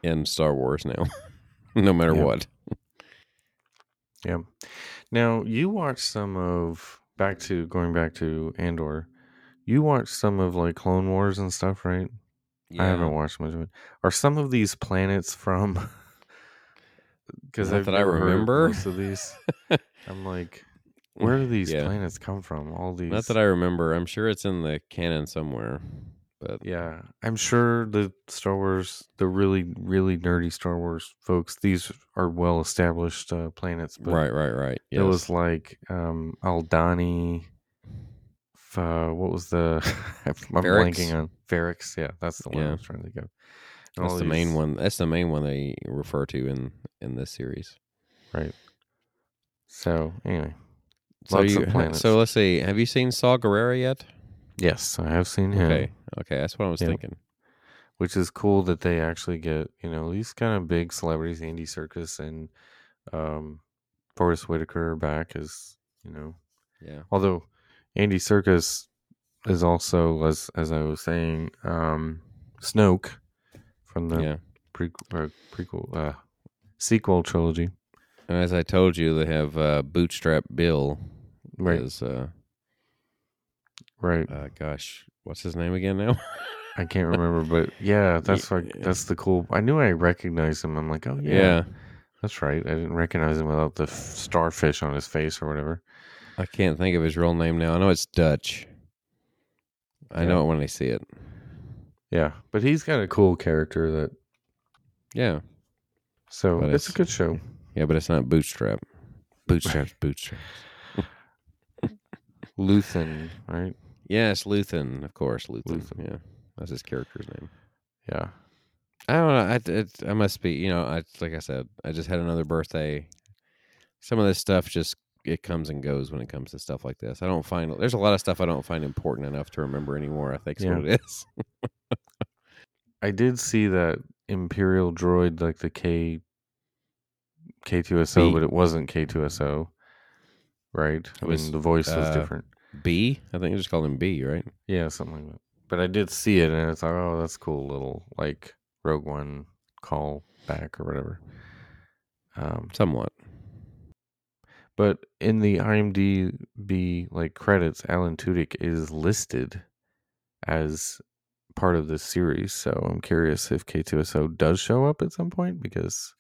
B: in Star Wars now, no matter
A: Yeah.
B: what.
A: Yeah. Now you watched some of back to going back to Andor. You watched some of like Clone Wars and stuff, right? I haven't watched much of it. Are some of these planets from? Because
B: Not
A: I've
B: that I
A: never heard of
B: remember.
A: most of these. I'm like, where do these
B: Yeah.
A: planets come from? All these.
B: Not that I remember. I'm sure it's in the canon somewhere, but
A: Yeah, I'm sure the Star Wars, the really really nerdy Star Wars folks, these are well established uh, planets. But
B: right, right, right.
A: It
B: Yes.
A: was like um Aldani. f- Uh, what was the? I'm
B: Varix?
A: blanking on Varix. Yeah, that's the one I
B: Yeah.
A: was trying to think of. And
B: that's
A: all
B: the main
A: these-
B: one. That's the main one they refer to in in this series.
A: So anyway,
B: So
A: Lots
B: you,
A: of planets.
B: so let's see. Have you seen Saw Gerrera yet?
A: yes, I have seen him,
B: Okay, okay, that's what I was
A: Yeah.
B: thinking.
A: which is cool that they actually get you know these kind of big celebrities, Andy Circus and um, Forrest Whitaker back as you know
B: Yeah,
A: although Andy Circus is also as as I was saying, um, Snoke from the
B: yeah.
A: pre- uh, prequel uh, sequel trilogy,
B: And as I told you, they have uh, Bootstrap Bill.
A: right?
B: Is uh,
A: Right.
B: uh, gosh, what's his name again now?
A: I can't remember, but yeah, that's like
B: Yeah.
A: that's the cool. I knew I recognized him. I'm like, oh yeah,
B: yeah,
A: that's right. I didn't recognize him without the f- starfish on his face or whatever.
B: I can't think of his real name now. I know it's Dutch. I
A: Yeah.
B: know it when I see it.
A: Yeah, but he's got a cool character that.
B: Yeah,
A: So
B: But
A: it's, a
B: it's-
A: good show.
B: yeah, but it's not Bootstrap. Bootstrap's Bootstrap.
A: Luthen, right?
B: Yes, Luthen, of course, Luthen.
A: Luthen.
B: Yeah, that's his character's name.
A: Yeah.
B: I don't know. I it- it, I must be. You know, I like I said, I just had another birthday. Some of this stuff just it comes and goes when it comes to stuff like this. I don't find there's a lot of stuff I don't find important enough to remember anymore. I think is what it is.
A: I did see that Imperial droid, like the K K2SO,
B: B.
A: but it wasn't K2SO, right? I
B: It was,
A: mean, the voice was
B: uh,
A: different.
B: B. I think you just called him B, right?
A: Yeah, something like that. But I did see it, and I thought, oh, that's cool, little like Rogue One call back or whatever. Um,
B: Somewhat.
A: but in the IMDb like credits, Alan Tudyk is listed as part of this series. So I'm curious if K2SO does show up at some point because,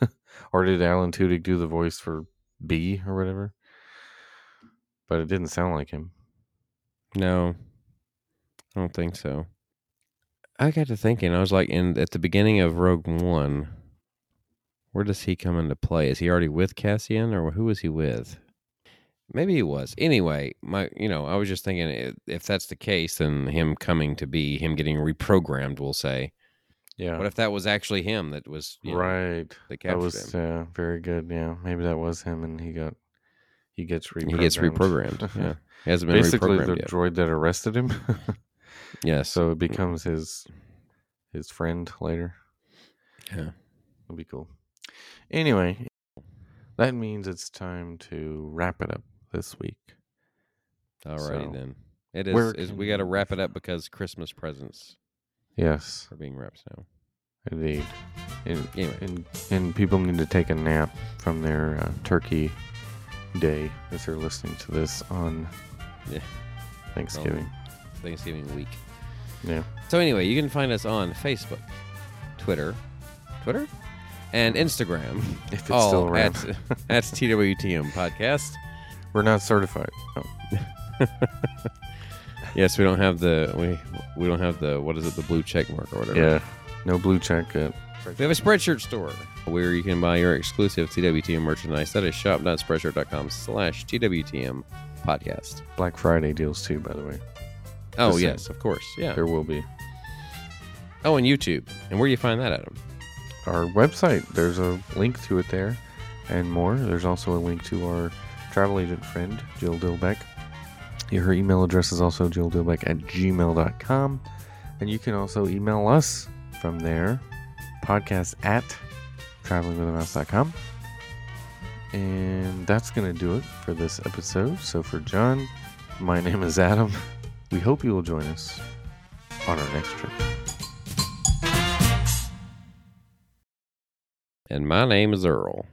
A: or did Alan Tudyk do the voice for B or whatever? But it didn't sound like him.
B: No, I don't think so. I got to thinking. I was like, in at the beginning of Rogue One, where does he come into play? Is he already with Cassian, or who was he with? Maybe he was. Anyway, my you know, I was just thinking i- if that's the case, then him coming to be, him getting reprogrammed, we'll say.
A: Yeah.
B: What if that was actually him that was you know,
A: right.
B: That captured
A: That was
B: him.
A: yeah, very good. Yeah, maybe that was him, and he got he gets reprogrammed.
B: He gets reprogrammed. yeah, he hasn't been
A: basically the
B: reprogrammed yet. Mm.
A: droid that arrested him.
B: Yeah, so
A: so it becomes his his friend later.
B: Yeah.
A: it'll be cool. Anyway, that means it's time to wrap it up this week. so,
B: alrighty then. It
A: where
B: is. is
A: can
B: we got to
A: we
B: wrap it
A: find-
B: up because Christmas presents
A: Yes,
B: are being wrapped now.
A: indeed. And,
B: Anyway.
A: and and people need to take a nap from their uh, turkey day as they're listening to this on
B: Yeah.
A: Thanksgiving.
B: Thanksgiving week.
A: Yeah.
B: So anyway, you can find us on Facebook, Twitter, Twitter, and Instagram.
A: If it's
B: all
A: still around.
B: at, at TWTM podcast.
A: We're not certified. Oh, No.
B: Yes, we don't have the we we don't have the what is it the blue check mark or whatever.
A: No blue check yet.
B: We have a Spreadshirt store where you can buy your exclusive TWTM merchandise. That is shop.spreadshirt.com slash TWTM podcast.
A: Black Friday deals too, by the way.
B: Oh,
A: Just
B: yes, of course. Yeah.
A: There will be.
B: Oh, and YouTube. And where do you find that, Adam?
A: Our website, there's a link to it there and more. There's also a link to our travel agent friend, Jill Dilbeck. Her email address is also jilldilbeck at gmail.com. And you can also email us from there, podcast at travelingwithamouse.com. And that's going to do it for this episode. So for John, my name is Adam. We hope you will join us on our next trip.
B: And my name is Earl.